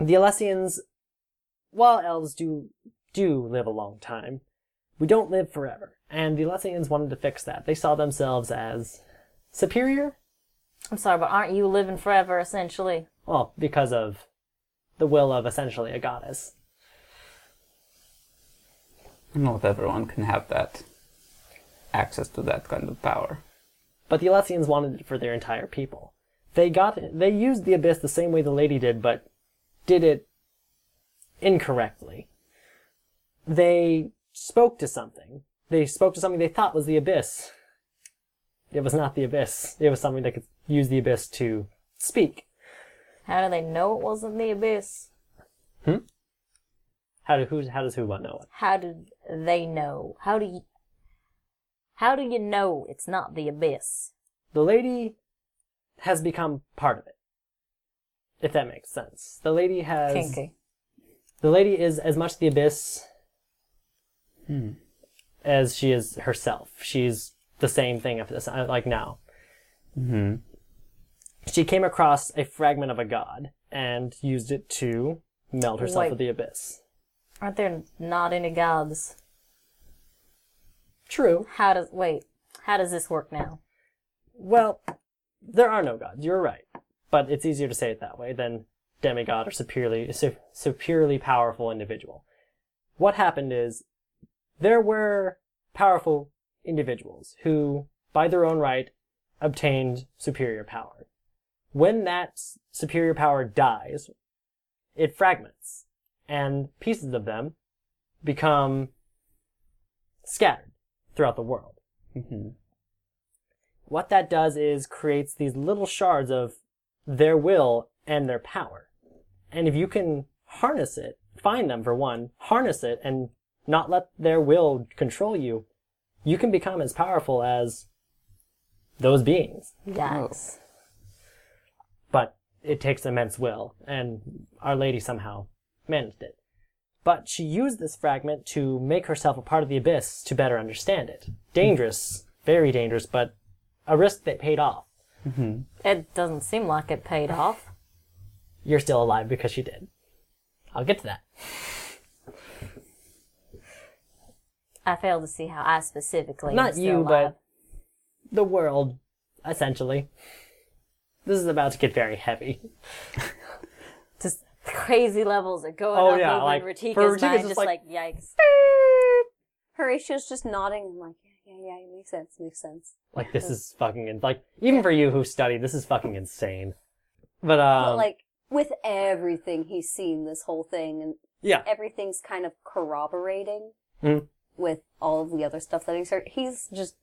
The Alessians, while elves do do live a long time, we don't live forever. And the Alessians wanted to fix that. They saw themselves as superior, I'm sorry, but aren't you living forever essentially? well, because of the will of essentially a goddess. I don't know if everyone can have that access to that kind of power. But the Alessians wanted it for their entire people. They got they used the abyss the same way the lady did, but did it incorrectly. They spoke to something. They spoke to something they thought was the abyss. It was not the abyss. It was something that could use the abyss to speak. How do they know it wasn't the abyss? How do who's how does who what know it? How do they know? How do you? How do you know it's not the abyss? The lady has become part of it. if that makes sense. The lady has the lady is as much the abyss as she is herself. She's the same thing of this, uh, like now. Mm-hmm. She came across a fragment of a god and used it to meld herself Wait. with the abyss. Aren't there not any gods? True. How does wait? How does this work now? Well, there are no gods. You're right, but it's easier to say it that way than demigod or superiorly su- superiorly powerful individual. What happened is there were powerful individuals who, by their own right, obtained superior power. When that s- superior power dies, it fragments, and pieces of them become scattered throughout the world Mm-hmm. what that does is creates these little shards of their will and their power. And if you can harness it, find them for one, harness it and not let their will control you, you can become as powerful as those beings. Yikes. But it takes immense will, and Our Lady somehow managed it. But she used this fragment to make herself a part of the abyss to better understand it. Dangerous, very dangerous, but a risk that paid off. It doesn't seem like it paid off. you're still alive because she did. I'll get to that. I fail to see how I specifically. am Not still you, alive. but the world, essentially. This is about to get very heavy. just crazy levels are going Oh, up yeah, over like, Ratika's for Ratika's mind, just just like- like, yikes. Horatio's just nodding. I'm like, yeah, yeah, yeah, makes sense, makes sense. Like this is fucking in- like even for you who study, this is fucking insane. But um, but like with everything he's seen, this whole thing, and yeah, everything's kind of corroborating Mm. with all of the other stuff that he's heard. He's just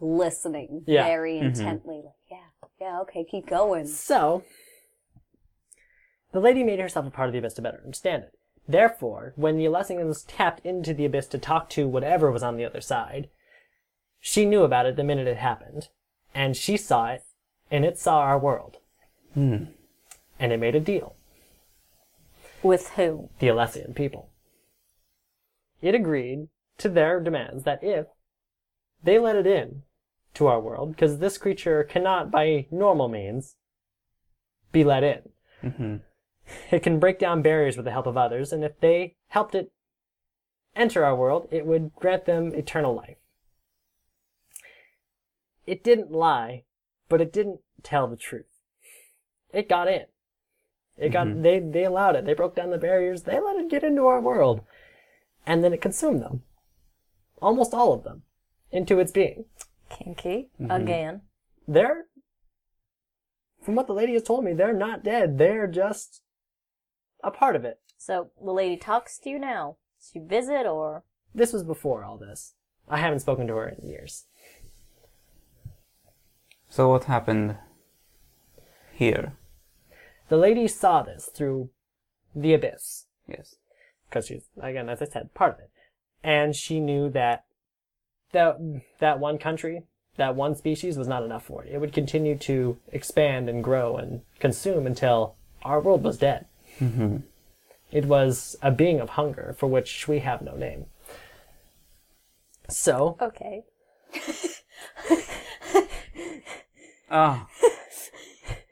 listening Yeah. Mm-hmm. very intently. Like, yeah, yeah, okay, keep going. So, the lady made herself a part of the abyss to better understand it. Therefore, when the Alessians tapped into the abyss to talk to whatever was on the other side, she knew about it the minute it happened, and she saw it, and it saw our world. And it made a deal With who? the Alessian people. It agreed to their demands that if they let it in to our world, because this creature cannot, by normal means, be let in. It can break down barriers with the help of others, and if they helped it enter our world, it would grant them eternal life. It didn't lie, but it didn't tell the truth. It got in. It got they they allowed it. They broke down the barriers. They let it get into our world, and then it consumed them, almost all of them, into its being. Kinky. Mm-hmm. Again. They're, from what the lady has told me, they're not dead. They're just a part of it. So the lady talks to you now. She visit or This was before all this. I haven't spoken to her in years. So what happened here? The lady saw this through the abyss. Yes. because she's again, as I said, part of it. And she knew that that that one country, that one species, was not enough for it. It would continue to expand and grow and consume until our world was dead. It was a being of hunger for which we have no name. So Okay. Ah,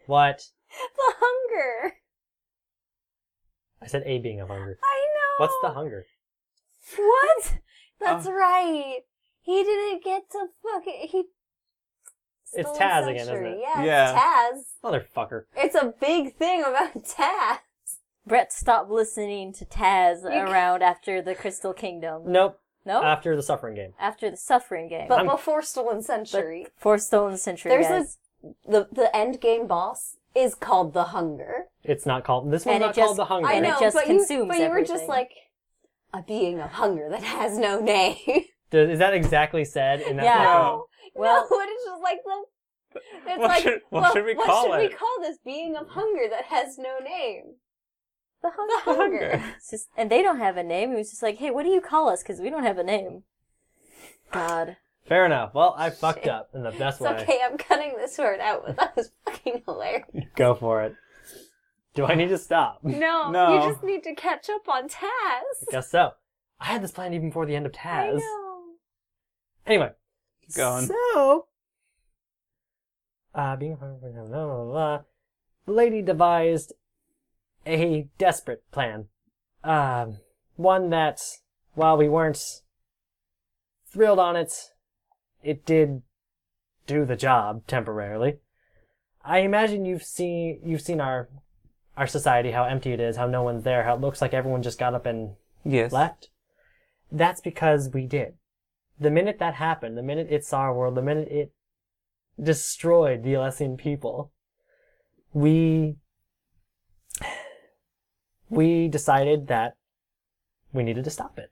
what The hunger. I said, a being of hunger. I know. What's the Uh. hunger? What? That's right. He didn't get to fucking. He. It's stole a Taz again, century. isn't it? Yeah, it's Motherfucker. Taz. It's a big thing about Taz. Brett stopped listening to Taz around after the Crystal Kingdom. Nope. No? After the suffering game. after the Suffering Game. But I'm- before Stolen Century, for Stolen Century, There's guys. the the end game boss is called the Hunger. It's not called. This one's And it not called just- the hunger. I And it know, just but you consumes but you were just everything. like a being of hunger that has no name. Does- Is that exactly said in that? Yeah. document? Well- no, it is just like the. It's What like, should- what well, should we call should it? we call this being of hunger that has no name? the hunger. The hunger. It's just, and they don't have a name. It was just like, hey, what do you call us? Because we don't have a name. God. Fair enough. Well, I fucked up in the best It's way. okay, I'm cutting this word out, but that was fucking hilarious. Go for it. Do I need to stop? I No, No. you just need to catch up on Taz. guess so. I had this plan even before the end of I Taz. know. Anyway, Going. So, uh, being a farmer, blah, blah, blah, blah, the lady devised a desperate plan. Um, one that, while we weren't thrilled on it, it did do the job temporarily. I imagine you've seen you've seen our our society, how empty it is, how no one's there, how it looks like everyone just got up and Yes. left. That's because we did. The minute that happened, the minute it saw our world, the minute it destroyed the Alessian people, we we decided that we needed to stop it.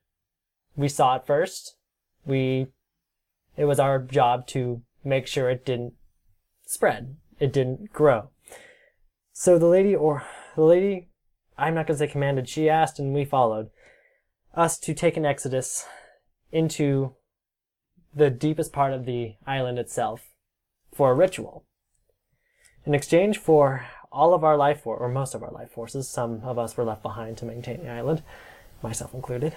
We saw it first. We it was our job to make sure it didn't spread. It didn't grow. So the lady or the lady I'm not gonna say commanded, she asked and we followed us to take an exodus into the deepest part of the island itself for a ritual. In exchange for all of our life for or most of our life forces, some of us were left behind to maintain the island, myself included.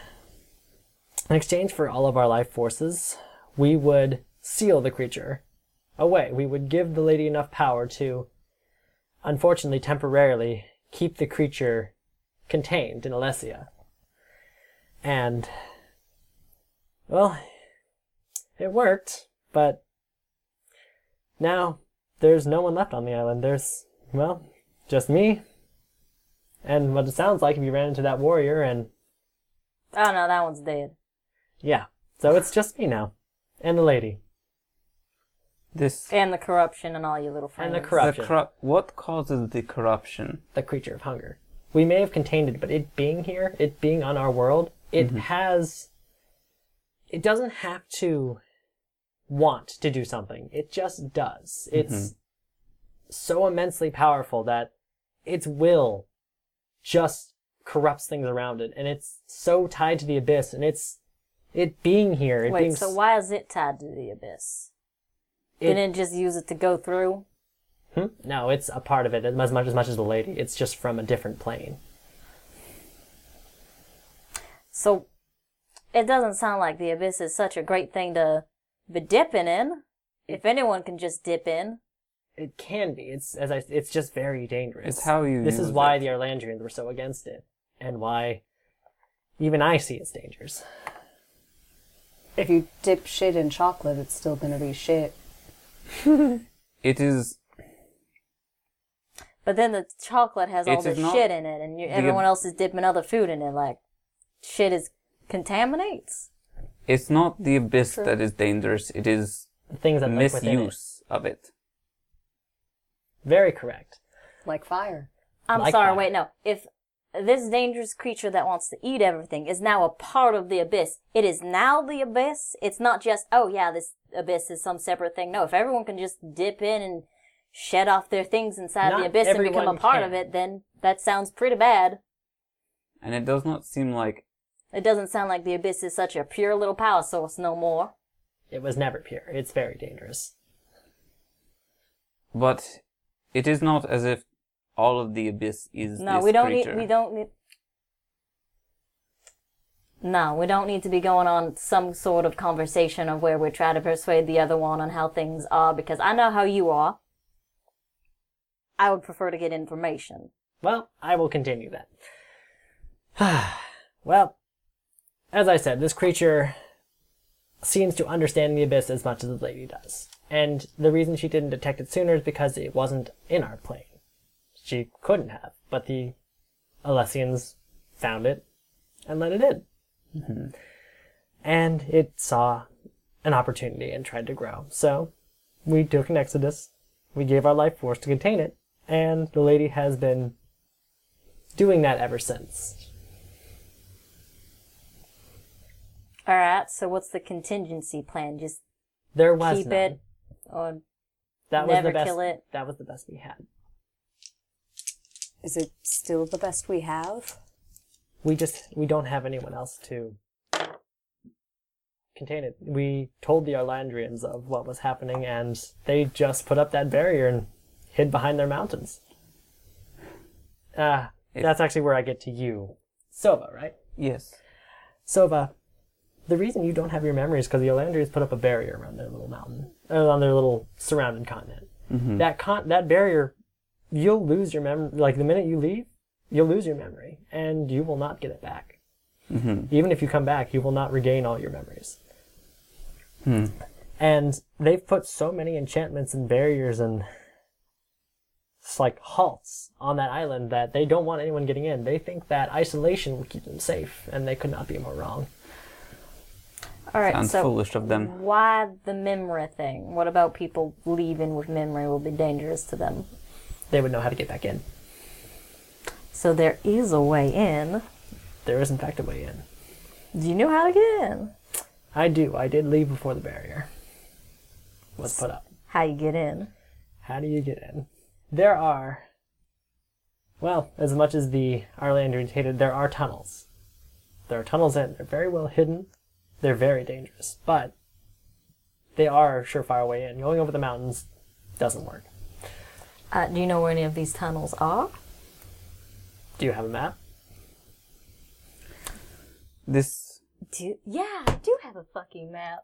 In exchange for all of our life forces, we would seal the creature away. We would give the lady enough power to unfortunately temporarily keep the creature contained in Alessia and well it worked but now there's no one left on the island there's well just me and what it sounds like if you ran into that warrior and Oh no, that one's dead. yeah so it's just me now and the lady This And the corruption and all you little friends. and the the corruption corrup- what causes the corruption? the creature of hunger we may have contained it but it being here it being on our world it has it doesn't have to want to do something. It just does. It's so immensely powerful that its will just corrupts things around it and it's so tied to the abyss and it's it being here, it Wait, being so s- why is it tied to the abyss? It- Didn't it just use it to go through? Hmm? No, it's a part of it as much as much as the lady. It's just from a different plane. So it doesn't sound like the abyss is such a great thing to be dipping in. If anyone can just dip in, It can be. It's as I it's just very dangerous. It's how you This is use why it. the Arlandrians were so against it and why even I see its dangers. If you dip shit in chocolate, it's still gonna be shit. It is but then the chocolate has all It is this not- shit in it, and you, everyone else is dipping other food in it. Like shit is contaminates. it's not the abyss that is dangerous, it is The things that live within it. misuse of it. Very correct. Like fire. I'm Like sorry, that. wait, no. If this dangerous creature that wants to eat everything is now a part of the abyss, it is now the abyss. It's not just, oh yeah, this abyss is some separate thing. No, if everyone can just dip in and shed off their things inside Not the abyss and become a everyone part can. of it, then that sounds pretty bad. And it does not seem like It doesn't sound like the abyss is such a pure little power source no more. It was never pure. It's very dangerous. but it is not as if all of the abyss is No, this we don't creature. need. We don't need. No, we don't need to be going on some sort of conversation of where we're trying to persuade the other one on how things are because I know how you are. I would prefer to get information. Well, I will continue that. well, as I said, this creature seems to understand the abyss as much as the lady does. And the reason she didn't detect it sooner is because it wasn't in our plane. She couldn't have, but the Alessians found it and let it in. And it saw an opportunity and tried to grow. So we took an exodus. We gave our life force to contain it, and the lady has been doing that ever since. All right. So what's the contingency plan? Just There was keep none. it, or That was never the best. kill it. That was the best we had. Is it still the best we have? We just we don't have anyone else to contain it. We told the Arlandrians of what was happening, and they just put up that barrier and hid behind their mountains. Ah, that's actually where I get to you. Sova, right? Yes. Sova, uh, the reason you don't have your memory is because the Olandrians put up a barrier around their little mountain, uh, on their little surrounding continent. That con- that barrier, you'll lose your memory. Like the minute you leave, you'll lose your memory, and you will not get it back. Even if you come back, you will not regain all your memories. And they've put so many enchantments and barriers and s- like halts on that island that they don't want anyone getting in. They think that isolation will keep them safe, and they could not be more wrong. All right, Sounds so foolish of them. why the memory thing? What about people leaving with memory will be dangerous to them? They would know how to get back in. So there is a way in. There is, in fact, a way in. Do you know how to get in? I do. I did leave before the barrier was put up. How you get in? How do you get in? There are, well, as much as the Arlanders hated, there are tunnels. There are tunnels in. They're very well hidden. They're very dangerous, but they are a surefire way in. Going over the mountains doesn't work. Uh, do you know where any of these tunnels are? Do you have a map? This Do yeah, I do have a fucking map.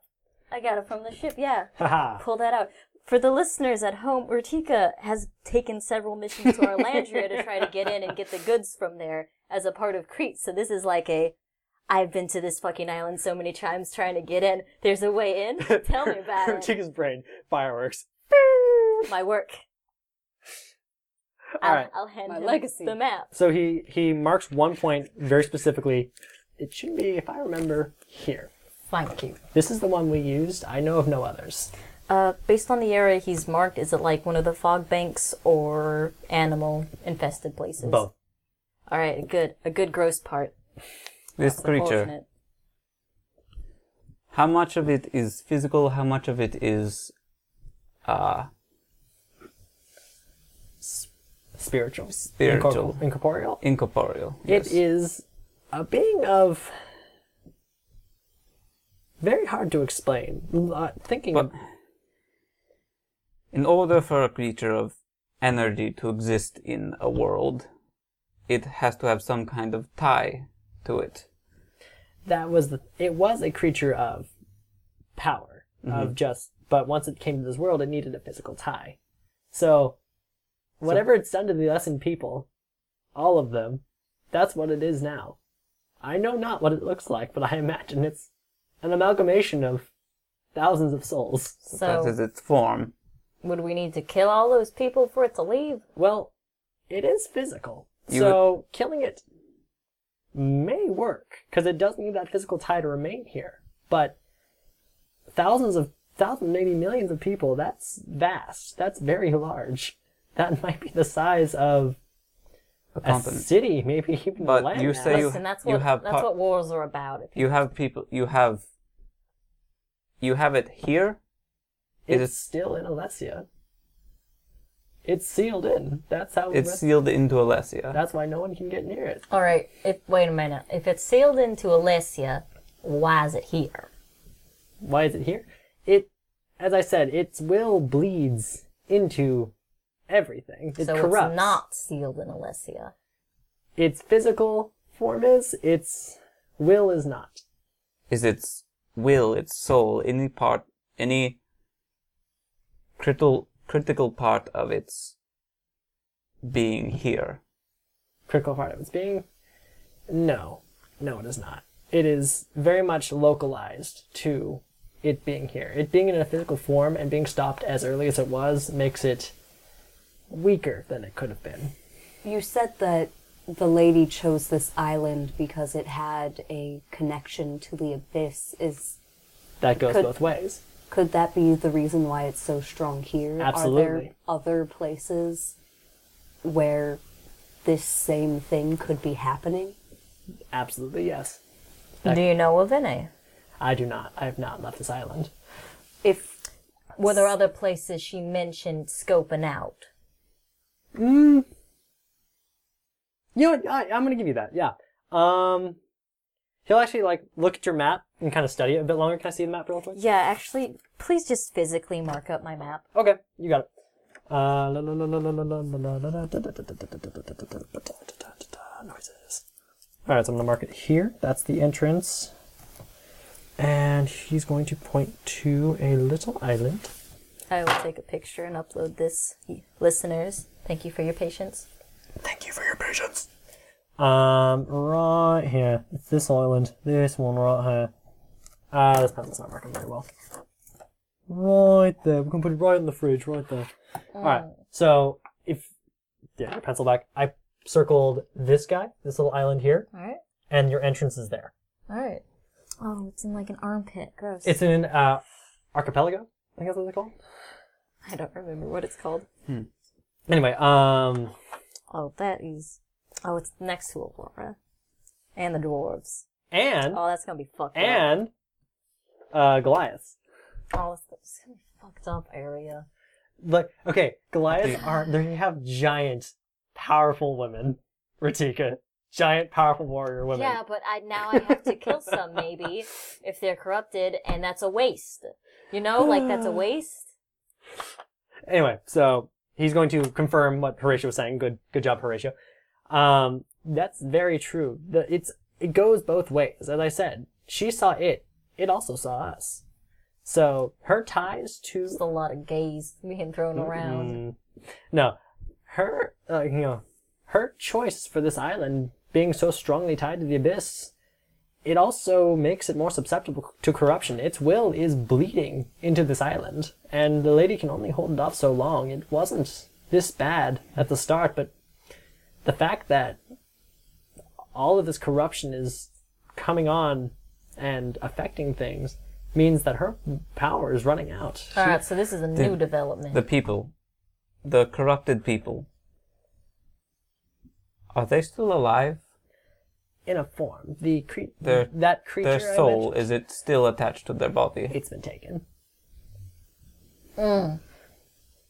I got it from the ship. Yeah, Haha. pull that out for the listeners at home. Urtica has taken several missions to Arlandria to try to get in and get the goods from there as a part of Crete. So this is like a. I've been to this fucking island so many times trying to get in. There's a way in. Tell me about it. Chica's brain. Fireworks. My work. All I'll, right. I'll hand My him legacy. the map. So he he marks one point very specifically. It should be, if I remember, here. Thank you. This is the one we used. I know of no others. Uh, based on the area he's marked, is it like one of the fog banks or animal infested places? Both. All right, good. A good gross part. this creature. Fortunate. How much of it is physical? How much of it is uh Spiritual. Spiritual. Incorpor- incorporeal. incorporeal? It is a being of. Very hard to explain. L- Uh, thinking. But in order for a creature of energy to exist in a world, it has to have some kind of tie to it. that was the it was a creature of power of just but once it came to this world it needed a physical tie so whatever it's done to the lesson people all of them that's what it is now i know not what it looks like but i imagine it's an amalgamation of thousands of souls So, that is its form. would we need to kill all those people for it to leave? well it is physical You so killing it may work because it does need that physical tie to remain here but thousands of thousands maybe millions of people that's vast that's very large that might be the size of A a continent. city maybe even But a land you mass. say you- Listen, that's you what have that's po- what wars are about. If you, You have people. You have. You have it here. it's It is. still in alessia it's sealed in that's how It's rest- sealed into Alessia. that's why no one can get near it all right, if wait a minute. If it's sealed into Alessia, why is it here? why is it here? It, as I said, its will bleeds into everything. It so corrupts. it's not sealed in Alessia. Its physical form is. Its will is not. Is its will, its soul, any part, any critical critical part of its being here. Critical part of its being. No, no, it is not. It is very much localized to it being here. It being in a physical form and being stopped as early as it was makes it weaker than it could have been. You said that the lady chose this island because it had a connection to the abyss. Is That goes Could- both ways. could that be the reason why it's so strong here? Are there Absolutely. other places where this same thing could be happening? Absolutely, yes. Do you know of any? I do not. I have not left this island. If Were there other places she mentioned scoping out? Mm. You know, what, I, I'm gonna give you that. Yeah. Um, he'll actually like look at your map and kind of study it a bit longer. Can I see the map real quick? Yeah, actually, please just physically mark up my map. Okay, you got it. Uh, la- la- la- la- la- la- la- la- la- la- da- da- da- da- da- da- da- da- da- da- da- da- da- da- da- Noises. All right, so I'm gonna mark it here. That's the entrance, and he's going to point to a little island. I will take a picture and upload this. Listeners, thank you for your patience. Thank you for your patience. Um, right here. It's this island. This one right here. Ah, this pencil's not working very well. Right there. We're gonna put it right in the fridge, right there. Alright, so if yeah, your pencil back. I circled this guy, this little island here, All right. and your entrance is there. All right. Oh, it's in like an armpit. Gross. It's in uh archipelago, I guess that's what they call it. I don't remember what it's called. Anyway, um Oh, that is. Oh, it's next to Aurora. And the dwarves. and Oh, that's gonna be fucked up. and uh Goliath. Oh, it's- it's gonna be fucked up area. Like, okay, Goliaths are they have giant, powerful women. Ratika, giant, powerful warrior women. Yeah, but I now I have to kill some maybe if they're corrupted, and that's a waste. You know, like that's a waste. Anyway, so he's going to confirm what Horatio was saying. Good, good job, Horatio. Um, that's very true. The, it's it goes both ways. As I said, she saw it. It also saw us. So her ties to There's a lot of gays being thrown around. Mm. No, her, uh, you know, her choice for this island being so strongly tied to the abyss, it also makes it more susceptible to corruption. Its will is bleeding into this island, and the lady can only hold it off so long. It wasn't this bad at the start, but the fact that all of this corruption is coming on and affecting things means that her power is running out. All right, so this is a new Dude, development. The people, the corrupted people, are they still alive? in a form. The cre- Their- that creature. Their soul I mentioned, is it still attached to their body? it's been taken.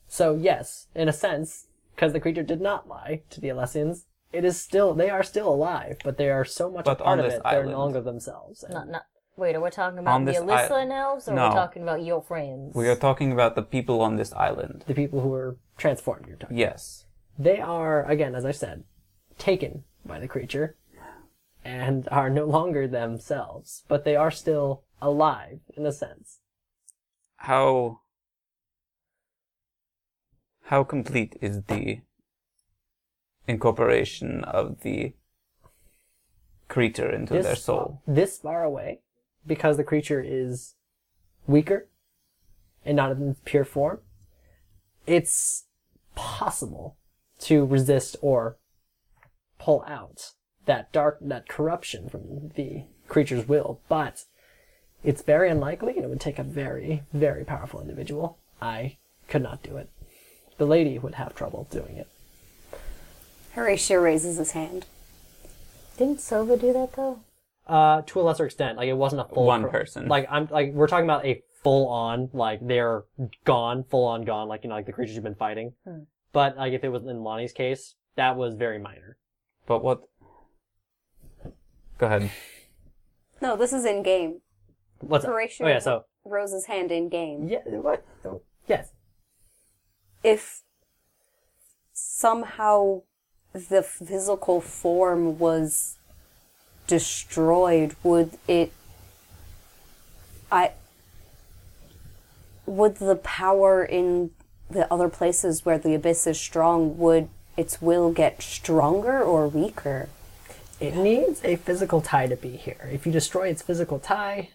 So yes, in a sense, because the creature did not lie to the Alessians, it is still they are still alive, but they are so much a But on part of this it they're island. no longer themselves. And not, not, wait, are we talking On about the this Alyssa island. and elves, or No. we're talking about your friends? We are talking about the people on this island. the people who were transformed, you're talking. Yes. They are again, as I said, taken by the creature, and are no longer themselves, but they are still alive in a sense. How how complete is the incorporation of the creature into their soul? This far away, because the creature is weaker and not in pure form, it's possible to resist or pull out that dark, that corruption from the creature's will, but it's very unlikely and it would take a very, very powerful individual. I could not do it. The lady would have trouble doing it. Horatio raises his hand. Didn't Silva do that though? Uh, to a lesser extent, like it wasn't a full One person. Like I'm like we're talking about a full on like they're gone, full on gone. Like you know, like the creatures you've been fighting. Hmm. But like if it was in Lonnie's case, that was very minor. But what Go ahead. No, this is in game. What's up? Horatio- Oh yeah, so Rose's hand in game. yeah, what? Yes, If somehow the physical form was destroyed, would it. I. Would the power in the other places where the abyss is strong, would its will get stronger or weaker? it needs a physical tie to be here. If you destroy its physical tie,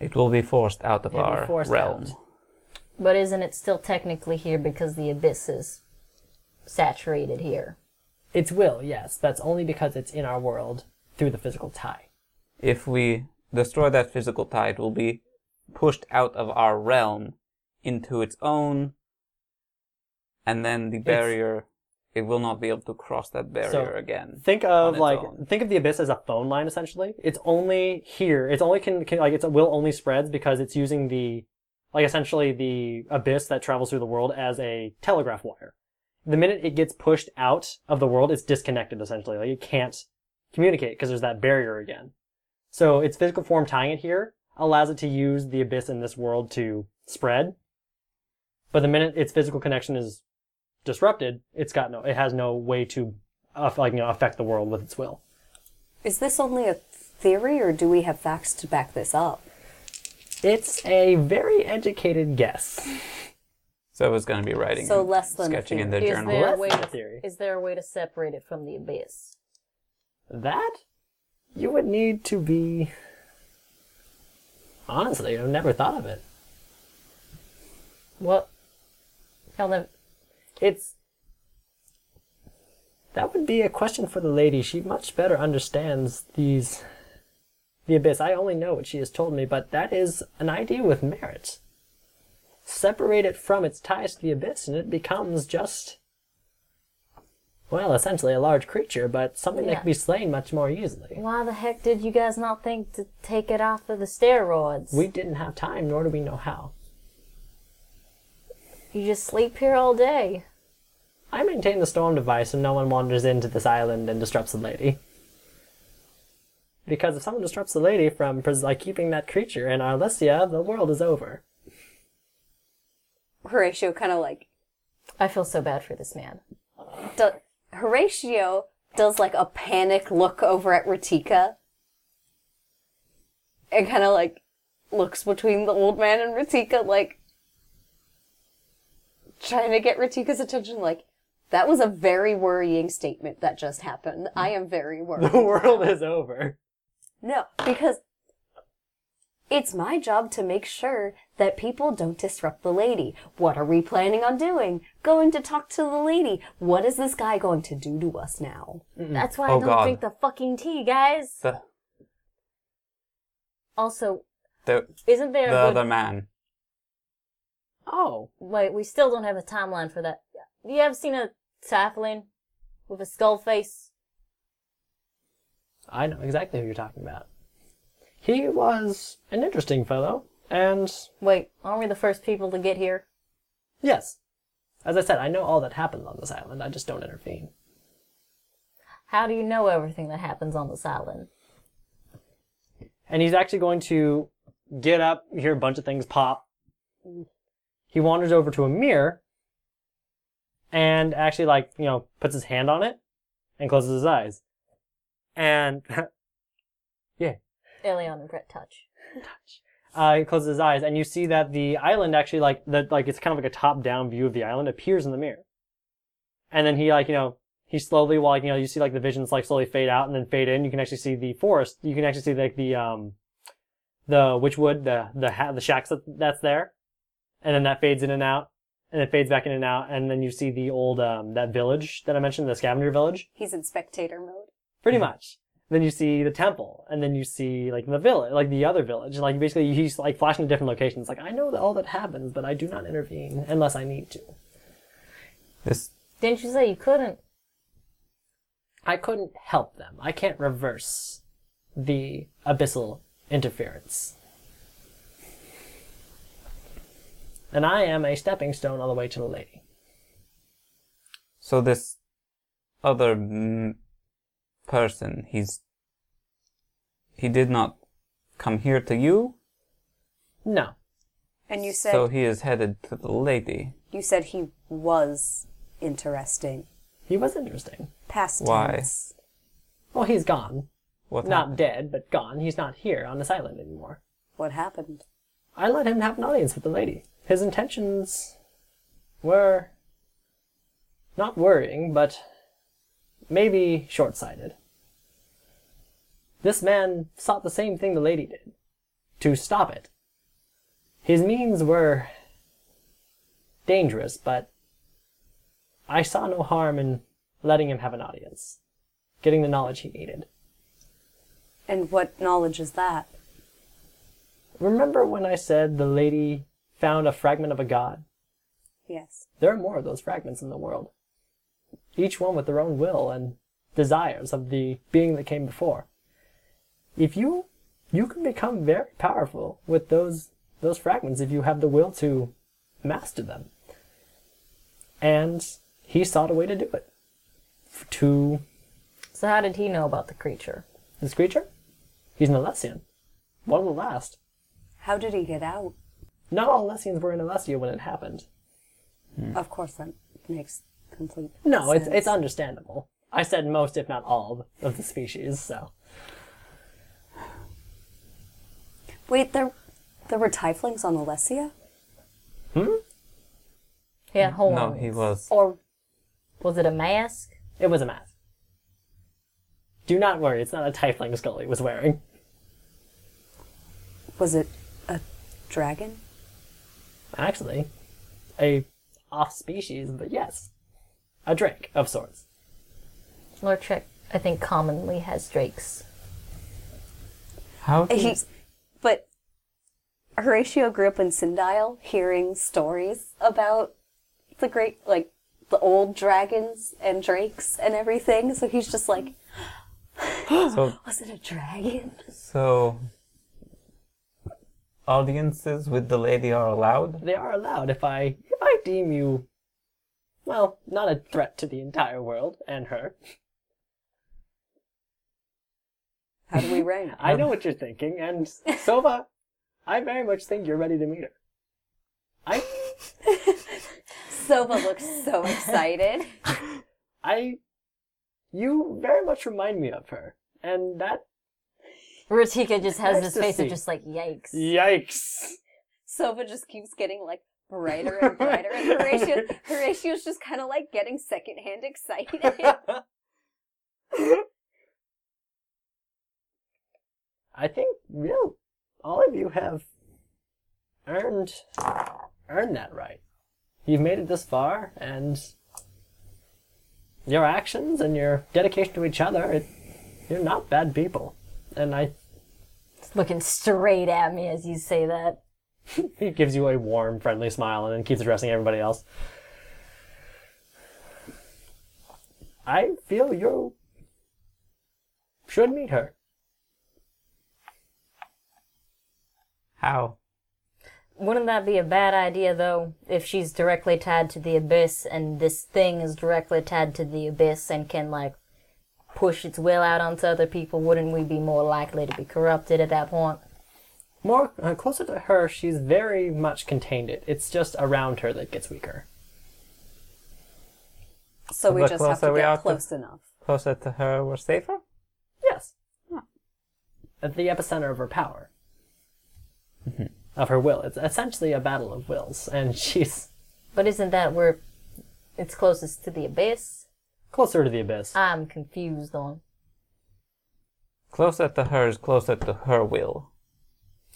It will be forced out of will be our forced realm. out. But isn't it still technically here because the abyss is saturated here? its will. Yes, that's only because it's in our world through the physical tie. If we destroy that physical tie, it will be pushed out of our realm into its own and then the barrier it will not be able to cross that barrier again. Think of its like own. think of the abyss as a phone line essentially. It's only here. It's only can, can like its will only spreads because it's using the like essentially the abyss that travels through the world as a telegraph wire. The minute it gets pushed out of the world, it's disconnected essentially. Like it can't communicate because there's that barrier again. So its physical form tying it here allows it to use the abyss in this world to spread. But the minute its physical connection is disrupted, it's got no, it has no way to uh, like, you know, affect the world with its will. Is this only a theory, or do we have facts to back this up? It's a very educated guess. So was going to be writing, So and less than a sketching in their theory. journal. there a Well, way that's to, the theory. is there a way to separate it from the abyss? That you would need to be. Honestly, I've never thought of it. What? Hell, no. It's. That would be a question for the lady. She much better understands these. the abyss. I only know what she has told me, but that is an idea with merit. Separate it from its ties to the abyss, and it becomes just. Well, essentially a large creature, but something that Yeah. can be slain much more easily. Why the heck did you guys not think to take it off of the steroids? We didn't have time, nor do we know how. you just sleep here all day. I maintain the storm device so no one wanders into this island and disrupts the lady. Because if someone disrupts the lady from pres- like keeping that creature in Arlesia, the world is over. Horatio kind of like I feel so bad for this man. do, Horatio does like a panic look over at Ratika and kind of like looks between the old man and Ratika, like trying to get Ratika's attention. Like, that was a very worrying statement that just happened. I am very worried. The world is over. no, because It's my job to make sure that people don't disrupt the lady. What are we planning on doing? Going to talk to the lady. What is this guy going to do to us now? That's why I Oh, don't God. drink the fucking tea, guys. The Also, the, isn't there the a good... other man. Oh, Wait, we still don't have a timeline for that. You ever seen a tiefling with a skull face? I know exactly who you're talking about. He was an interesting fellow, and Wait, aren't we the first people to get here? yes, as I said, I know all that happens on this island. I just don't intervene. How do you know everything that happens on this island? and he's actually going to get up, you hear a bunch of things pop. He wanders over to a mirror and actually like, you know, puts his hand on it and closes his eyes. And Elion and Brett touch. uh, he closes his eyes and you see that the island actually like that like it's kind of like a top down view of the island appears in the mirror. And then he like, you know, he slowly while like, you know, you see like the visions like slowly fade out and then fade in. You can actually see the forest. You can actually see like the um the witchwood, the the ha- the shacks that, that's there. And then that fades in and out. And it fades back in and out, and then you see the old um that village that I mentioned, the scavenger village he's in spectator mode. pretty much. Then you see the temple, and then you see like the village, like the other village, and like basically he's like flashing to different locations. Like I know that all that happens, but I do not intervene unless I need to. This Didn't you say you couldn't? I couldn't help them. I can't reverse the abyssal interference. And I am a stepping stone all the way to the lady. so this other m- person. He's he did not come here to you, No, And you said so he is headed to the lady. you said he was interesting. he was interesting. Past Why? tense. Well, he's gone. What Not happened? dead, but gone. He's not here on this island anymore. What happened? I let him have an audience with the lady. His intentions were not worrying, but maybe short sighted. This man sought the same thing the lady did to stop it. His means were dangerous, but I saw no harm in letting him have an audience, getting the knowledge he needed. And what knowledge is that? Remember when I said the lady found a fragment of a god? Yes. There are more of those fragments in the world, each one with their own will and desires of the being that came before. If you you can become very powerful with those those fragments if you have the will to master them. And he sought a way to do it. F- To So how did he know about the creature? this creature, he's an Alessian. One of the last. How did he get out? Not all Alessians were in Alessia when it happened. Hmm. Of course, that makes complete. No, it's, sense. it's understandable. I said most, if not all, of the species, so. Wait, there, there were tieflings on Alessia. He had No, horns. he was. Or was it a mask? It was a mask. Do not worry, it's not a tiefling Scully was wearing. Was it a dragon? Actually, a off species, but yes. A drake of sorts. Lord Trek, I think, commonly has drakes. How do He, but Horatio grew up in Sindile, hearing stories about the great, like the old dragons and drakes and everything. So he's just like, So- was it a dragon? So, audiences with the lady are allowed? They are allowed if I if I deem you well, not a threat to the entire world and her. How do we rank? I know what you're thinking, and Sova, I very much think you're ready to meet her. I Sova looks so excited. I you very much remind me of her. And that Ratika just has this face Ecstasy. of just like, yikes. yikes. Sova just keeps getting like brighter and brighter, and Horatio, Horatio's just kind of like getting secondhand excited. I think you know, all of you have earned earned that right. You've made it this far, and your actions and your dedication to each other, it, you're not bad people. And I, Looking straight at me as you say that. He gives you a warm, friendly smile and then keeps addressing everybody else. I feel you should meet her. How? Wouldn't that be a bad idea, though, if she's directly tied to the abyss and this thing is directly tied to the abyss and can, like, push its will out onto other people? Wouldn't we be more likely to be corrupted at that point? More uh, closer to her, she's very much contained. It. It's just around her that gets weaker. So we The just have closer to we are get to- close enough. Closer to her, we're safer? Yes. At the epicenter of her power. Mm-hmm. Of her will. It's essentially a battle of wills, and she's But isn't that where it's closest to the abyss? closer to the abyss. I'm confused on. Closer to her is closer to her will.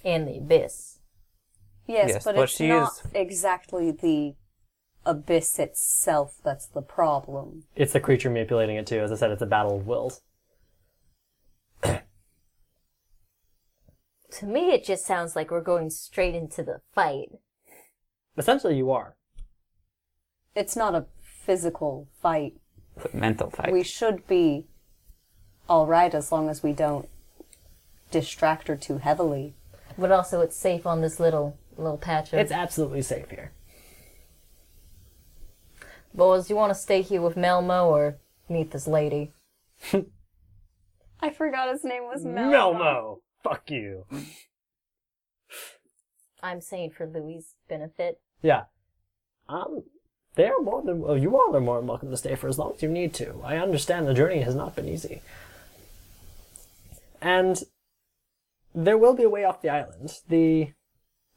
In the abyss. Yes, Yes, but, but it's she not is- exactly the abyss itself that's the problem. It's the creature manipulating it too. As I said, it's a battle of wills. To me, it just sounds like we're going straight into the fight. Essentially, you are. It's not a physical fight. It's a mental fight. We should be all right as long as we don't distract her too heavily. But also, it's safe on this little little patch of It's absolutely safe here. boys. You want to stay here with Melmo or meet this lady? I forgot his name was Mel. Melmo! Fuck you. I'm saying for Louis' benefit. Yeah. Um, they're more than well, you all are more than welcome to stay for as long as you need to. I understand the journey has not been easy. And there will be a way off the island. The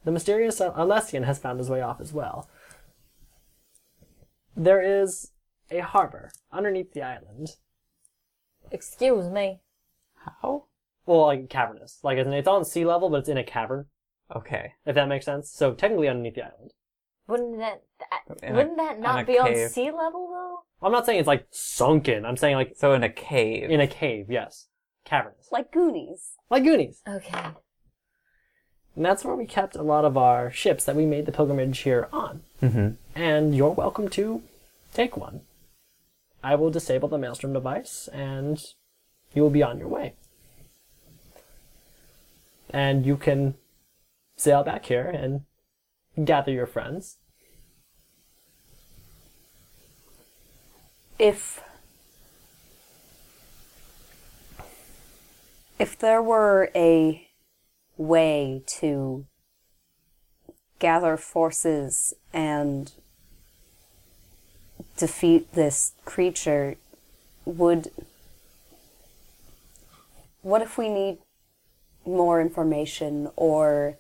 the mysterious Alessian has found his way off as well. There is a harbor underneath the island. Excuse me. How? Well, like cavernous. Like it's it's on sea level, but it's in a cavern. Okay. If that makes sense. So technically underneath the island. Wouldn't that, that In a- wouldn't that in a not be on cave. sea level though? I'm not saying it's like sunken. I'm saying like So in a cave. in a cave. Yes, cavernous. Like Goonies. Like Goonies. Okay. And that's where we kept a lot of our ships that we made the pilgrimage here on. Mhm. And you're welcome to take one. I will disable the Maelstrom device, and you will be on your way. And you can sail back here and gather your friends. If if there were a way to gather forces and defeat this creature, would. What if we need more information or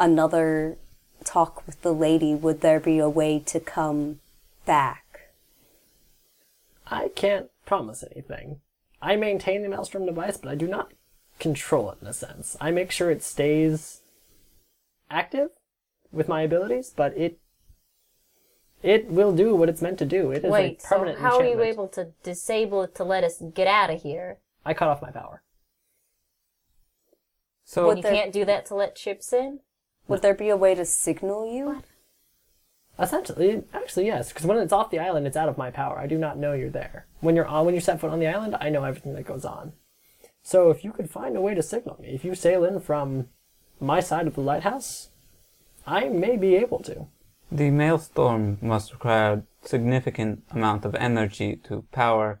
another talk with the lady? Would there be a way to come back? I can't promise anything. I maintain the Maelstrom device, but I do not control it in a sense. I make sure it stays active with my abilities, but it it will do what it's meant to do. It is Wait, a so permanent how are you enchantment. able to disable it to let us get out of here? I cut off my power. So And you can't do that to let ships in? Would there be a way to signal you? Essentially, actually, yes, because when it's off the island, it's out of my power. I do not know you're there. When you're on, when you set foot on the island, I know everything that goes on. So if you could find a way to signal me, if you sail in from my side of the lighthouse, I may be able to. the maelstrom must require significant amount of energy to power.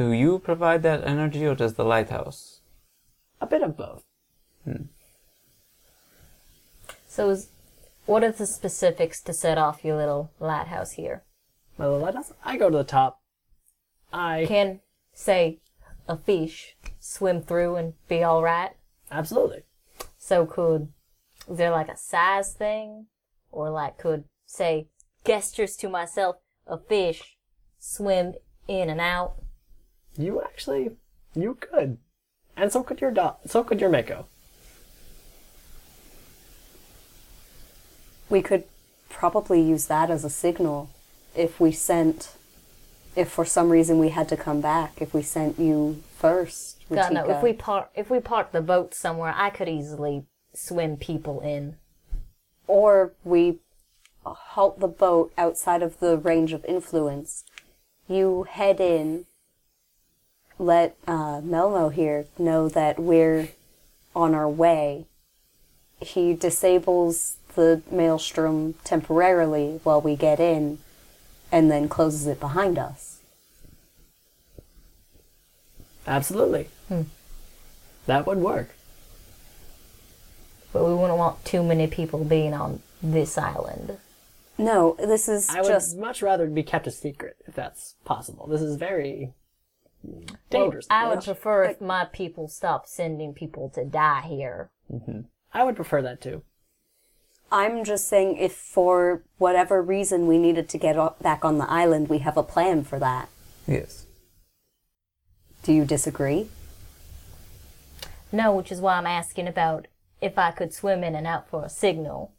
Do you provide that energy, or does the lighthouse? A bit of both. So is, what are the specifics to set off your little lighthouse here? My little lighthouse. I go to the top. I Can, say, a fish swim through and be all right? absolutely. So could is there like a size thing? Or like could say gestures to myself a fish swim in and out? You actually, you could, and so could your dog. So could your Mako. We could probably use that as a signal if we sent, if for some reason we had to come back, if we sent you first. God no, if Rutika. we park if we park the boat somewhere I could easily swim people in. Or we halt the boat outside of the range of influence. You head in, let uh, Melmo here know that we're on our way. He disables the maelstrom temporarily while we get in, and then closes it behind us. Absolutely. That would work. But we wouldn't want too many people being on this island. No, this is I would just much rather it be kept a secret if that's possible. This is very dangerous. I would knowledge. prefer if my people stopped sending people to die here. I would prefer that too. I'm just saying if for whatever reason we needed to get o- back on the island, we have a plan for that. Yes. Do you disagree? No, which is why I'm asking about if I could swim in and out for a signal.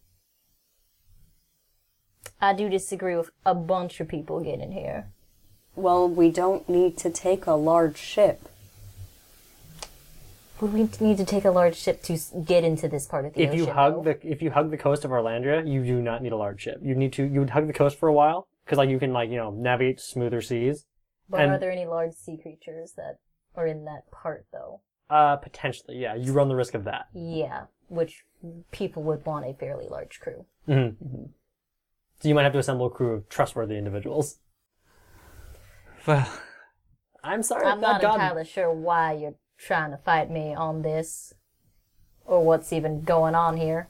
I do disagree with a bunch of people getting here. Well, we don't need to take a large ship. Would we need to take a large ship to s- get into this part of the if ocean? you hug the if you hug the coast of Orlandria, you do not need a large ship. You need to you would hug the coast for a while because like you can like you know navigate smoother seas. but and- are there any large sea creatures that are in that part, though? Uh, potentially, yeah, you run the risk of that. Yeah, which people would want a fairly large crew. So you might have to assemble a crew of trustworthy individuals. Well, I'm sorry I'm if that not god. entirely sure why you're trying to fight me on this, or what's even going on here.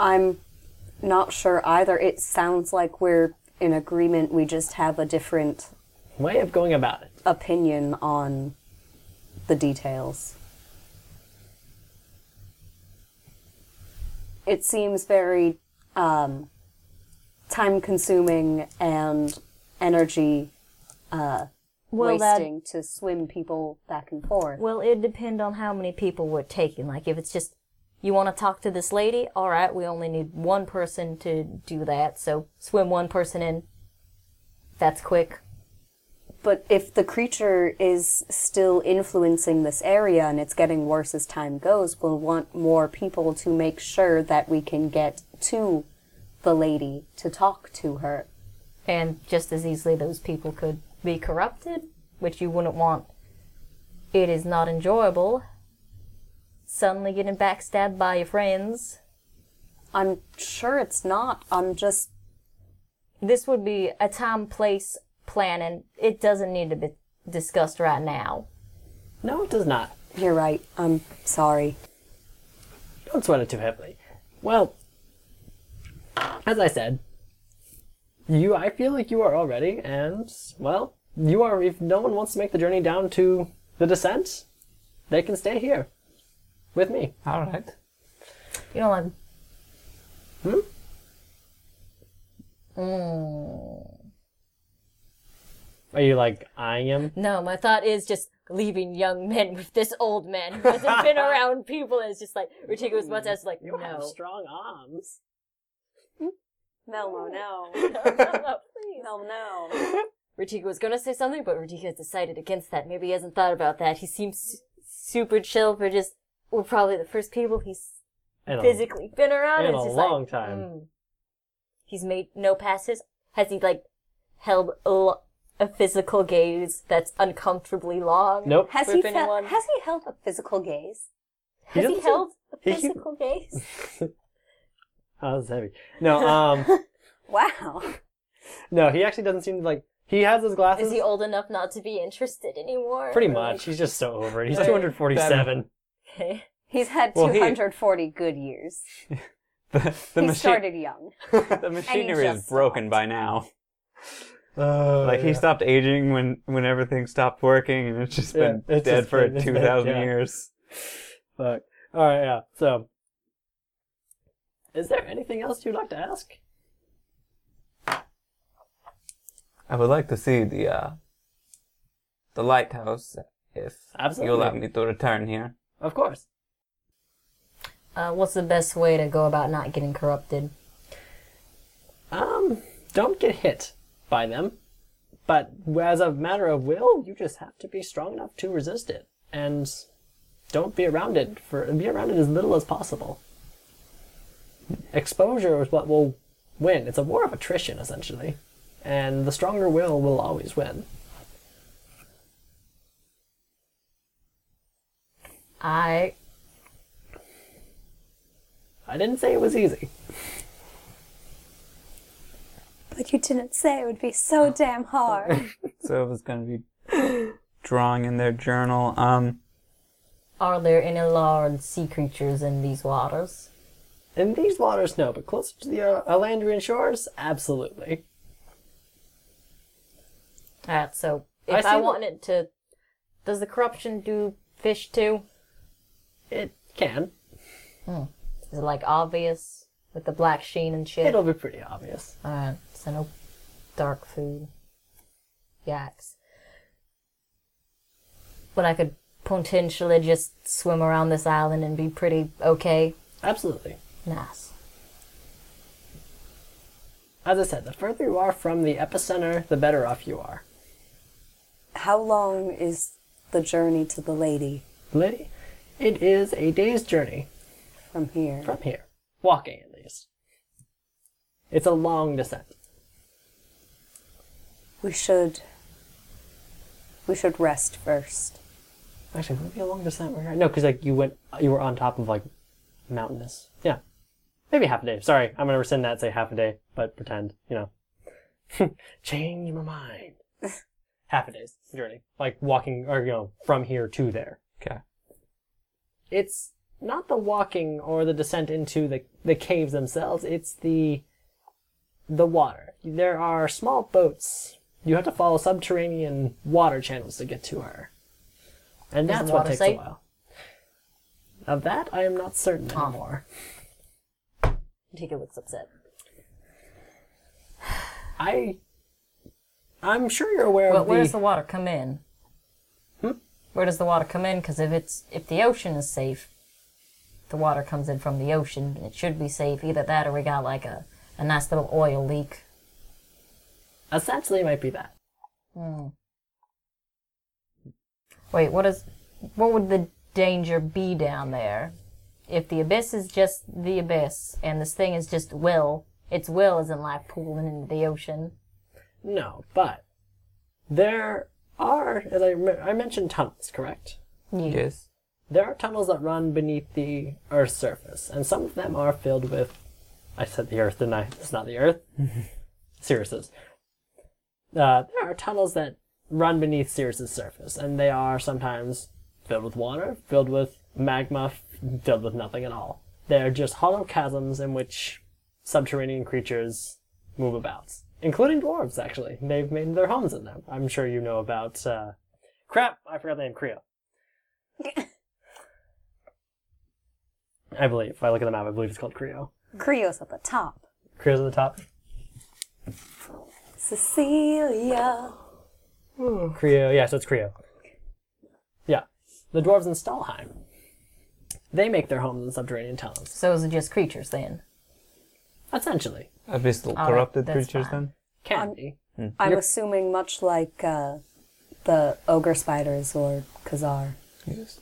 I'm not sure either. It sounds like we're in agreement. We just have a different Way of going about it. opinion on the details. It seems very um, time consuming and energy Well, that wasting to swim people back and forth. Well, it'd depend on how many people we're taking. Like, if it's just, you want to talk to this lady? All right, we only need one person to do that. So swim one person in. That's quick. But if the creature is still influencing this area and it's getting worse as time goes, we'll want more people to make sure that we can get to the lady to talk to her. And just as easily, those people could be corrupted, which you wouldn't want. It is not enjoyable. Suddenly getting backstabbed by your friends. I'm sure it's not. I'm just This would be a time, place, plan, and it doesn't need to be discussed right now. No, it does not. You're right. I'm sorry. Don't sweat it too heavily. Well, as I said, You, I feel like you are already, and well, you are. If no one wants to make the journey down to the descent, they can stay here with me. All right. You don't like me. Hmm? Are you like I am? No, my thought is just leaving young men with this old man who hasn't been around people and is just like ridiculous much as like You have no. strong arms. Melmo, no. Melmo, no. Ritika was gonna say something, but Ritika has decided against that. Maybe he hasn't thought about that. He seems su- super chill for just we're probably the first people he's And a- physically been around. in It's Oh. a just long like, time. mm. He's made no passes. Has he like held a, lo- a physical gaze that's uncomfortably long? Nope. Has he With fe- anyone? has he held a physical gaze? Has he, doesn't- held a he- physical gaze? Oh, that's heavy. No, um, Wow. no, he actually doesn't seem like he has his glasses. Is he old enough not to be interested anymore? Mm. Pretty Or, much. He's just so over it. He's Right. 247. like- He's had Well, he- 240 good years. The, He the, machi- started young. the machinery is just broken by now. Like he stopped aging when when everything stopped working, and it's just Yeah, been it's dead just for been- it's two been- thousand yeah. years. Fuck. All right, yeah. So, is there anything else you'd like to ask? I would like to see the uh, the lighthouse if you allow Absolutely. me to return here. Of course. Uh, what's the best way to go about not getting corrupted? Um, don't get hit by them, but as a matter of will, you just have to be strong enough to resist it, and don't be around it for be around it as little as possible. Exposure is what will win. It's a war of attrition, essentially, and the stronger will will always win. I I didn't say it was easy. But you didn't say it would be so damn hard. So it was going to be drawing in their journal. Um, are there any large sea creatures in these waters? In these waters, no, but closer to the uh, Alandrian shores, absolutely. Alright, so I if see I, what- wanted to does the corruption do fish too? It can. Is it like obvious with the black sheen and shit? It'll be pretty obvious. Alright, so no dark food. Yaks. But I could potentially just swim around this island and be pretty okay. Absolutely. Nice. As I said, the further you are from the epicenter, the better off you are. How long is the journey to the lady Lady, it is a day's journey from here? from here, walking at least. It's a long descent. We should. We should rest first. Actually, would it be a long descent? Where- No, because like you went, you were on top of like mountainous. Yeah, maybe half a day. Sorry, I'm gonna rescind that. and Say half a day, but pretend you know. Change my mind. half a day's journey, like walking or you know from here to there. okay. It's not the walking or the descent into the the caves themselves. It's the the water. There are small boats. You have to follow subterranean water channels to get to her, and Is the that's what water takes a safe? while. Of that, I am not certain Ah. anymore. Tika looks upset. I, I'm sure you're aware But of where the. does the water come in? Where does the water come in? Because if it's if the ocean is safe, the water comes in from the ocean. It should be safe. Either that, or we got like a, a nice little oil leak. Essentially, it might be that. Hmm. Wait, what is? What would the danger be down there? If the abyss is just the abyss, and this thing is just will, its will isn't like pooling into the ocean. No, but there are, as I, rem- I mentioned, tunnels, correct? Yes. There are tunnels that run beneath the Earth's surface, and some of them are filled with. I said the Earth, didn't I? It's not the Earth. Sirius's. Uh, there are tunnels that run beneath Sirius's surface, and they are sometimes filled with water, filled with magma, f- filled with nothing at all. They are just hollow chasms in which subterranean creatures move about. including dwarves. Actually, they've made their homes in them. I'm sure you know about. Uh, crap, I forgot the name. Creo. I believe. If I look at the map, I believe it's called Creo. Creo's at the top. Creo's at the top. Cecilia. Creo, yeah, so it's Creo. Yeah. The dwarves in Stalheim. They make their homes in subterranean tunnels, So is it just creatures then? essentially. Abyssal Alright, corrupted that's creatures fine. Can be. I'm assuming much like uh, the ogre spiders or Khazar. then? Yes.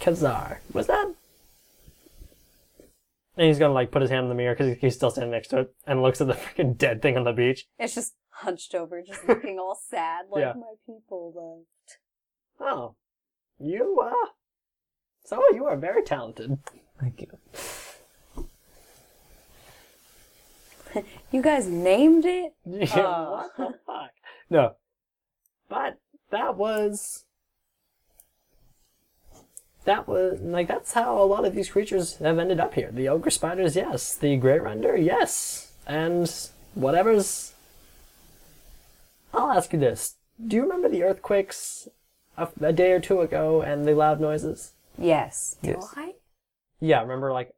Khazar. Was that? And he's gonna like put his hand in the mirror because he's still standing next to it and looks at the freaking dead thing on the beach. It's just hunched over, just looking all sad, like Yeah. my people though. Oh. You, uh. So you are very talented. Thank you. Mm-hmm. You guys named it? Yeah, what the fuck? No. Uh, But that was. That was like that's how a lot of these creatures have ended up here. The ogre spiders, yes. The grey render, yes. And whatever's. I'll ask you this: Do you remember the earthquakes a, a day or two ago and the loud noises? Yes. Yes. Yeah, remember like.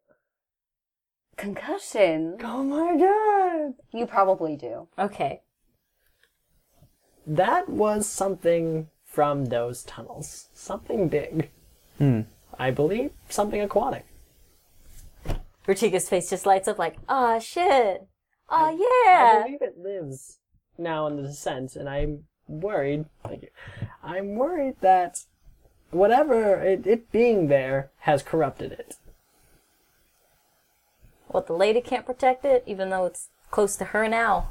Concussion. Oh my god! You probably do. Okay. that was something from those tunnels. Something big. Hmm. I believe something aquatic. Vertigo's face just lights up like, oh shit. Oh Uh. I yeah. believe it lives now in the descent, and I'm worried. Thank you. I'm worried that whatever it, it being there has corrupted it. What, the lady can't protect it, even though it's close to her now?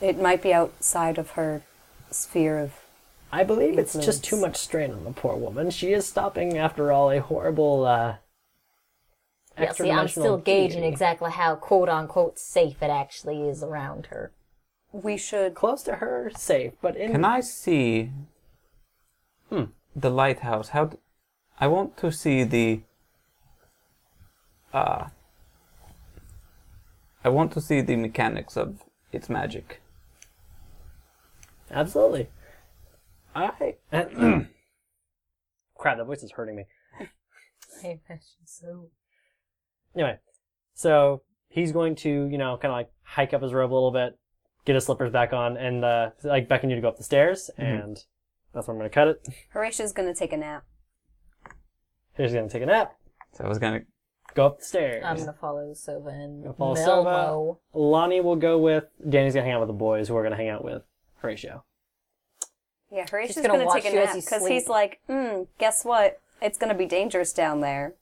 It might be outside of her sphere of. I believe it's just too much strain on the poor woman. She is stopping, after all, a horrible. Uh, Yeah, see, I'm extradimensional still gauging deity. exactly how quote unquote safe it actually is around her. We should. Close to her, safe, but in Can I see the lighthouse? How? D- I want to see the. Uh, I want to see the mechanics of its magic. Absolutely. I. Crap, that voice is hurting me. Anyway, so he's going to, you know, kind of like hike up his robe a little bit, get his slippers back on, and uh, like beckon you to go up the stairs, and that's when I'm going to cut it. Horatio's gonna take a nap. He's going to take a nap, So I was gonna. go up the stairs. Um, I'm gonna follow Sova and Gonna follow Melmo. Lonnie will go with, Danny's going to hang out with the boys who are going to hang out with Horatio. Yeah, Horatio's gonna gonna, watch take a you as nap you because sleep. he's like, mm, guess what? It's gonna be dangerous down there.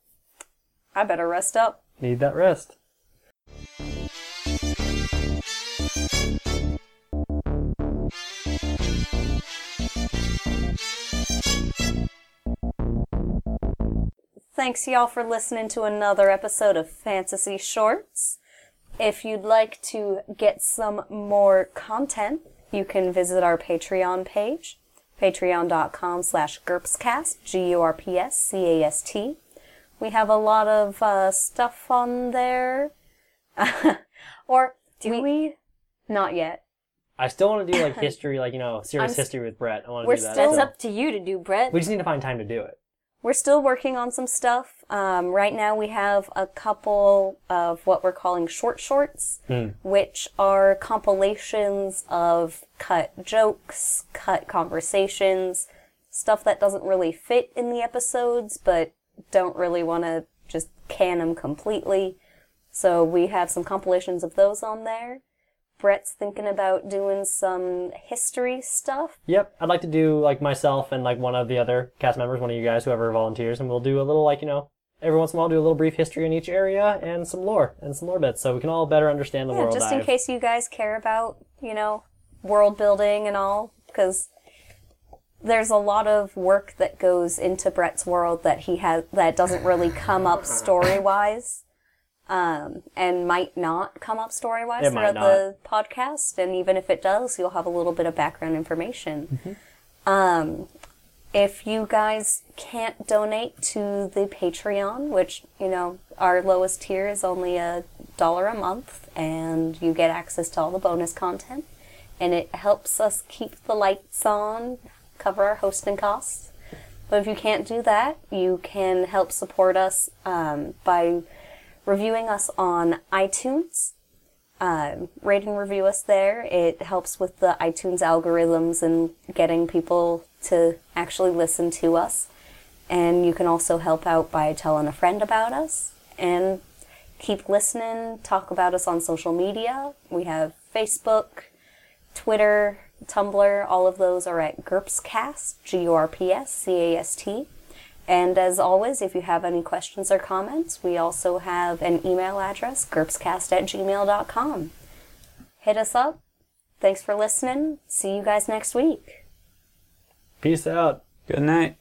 I better rest up. Need that rest. Thanks, y'all, for listening to another episode of Fantasy Shorts. If you'd like to get some more content, you can visit our Patreon page, patreon.com slash GURPSCast, G-U-R-P-S-C-A-S-T. We have a lot of uh, stuff on there. or do we, Not yet. I still want to do like history, like, you know, serious s- history with Brett. I want we're to do that. still so- It's up to you to do, Brett. we just need to find time to do it. We're still working on some stuff. Um, right now, we have a couple of what we're calling short shorts, which are compilations of cut jokes, cut conversations, stuff that doesn't really fit in the episodes, but don't really want to just can them completely. So we have some compilations of those on there. Brett's thinking about doing some history stuff. Yep, I'd like to do like myself and like one of the other cast members, one of you guys, whoever volunteers, and we'll do a little like you know every once in a while do a little brief history in each area and some lore and some lore bits, so we can all better understand the Yeah, world. just in I've- case you guys care about, you know, world building and all, because there's a lot of work that goes into Brett's world that he has that doesn't really come up story wise, um, and might not come up story wise It might throughout the podcast. And even if it does, you'll have a little bit of background information. Mm-hmm. Um, if you guys can't donate to the Patreon, which you know our lowest tier is only a dollar a month, and you get access to all the bonus content. And it helps us keep the lights on, cover our hosting costs. But if you can't do that, you can help support us um, by reviewing us on iTunes. Um, rate and review us there. It helps with the iTunes algorithms and getting people to actually listen to us. And you can also help out by telling a friend about us. And keep listening, talk about us on social media. We have Facebook, Twitter, Tumblr, all of those are at GURPSCast, G U R P S C A S T. And as always, if you have any questions or comments, we also have an email address, GURPSCast at gmail.com. Hit us up. Thanks for listening. See you guys next week. Peace out. Good night.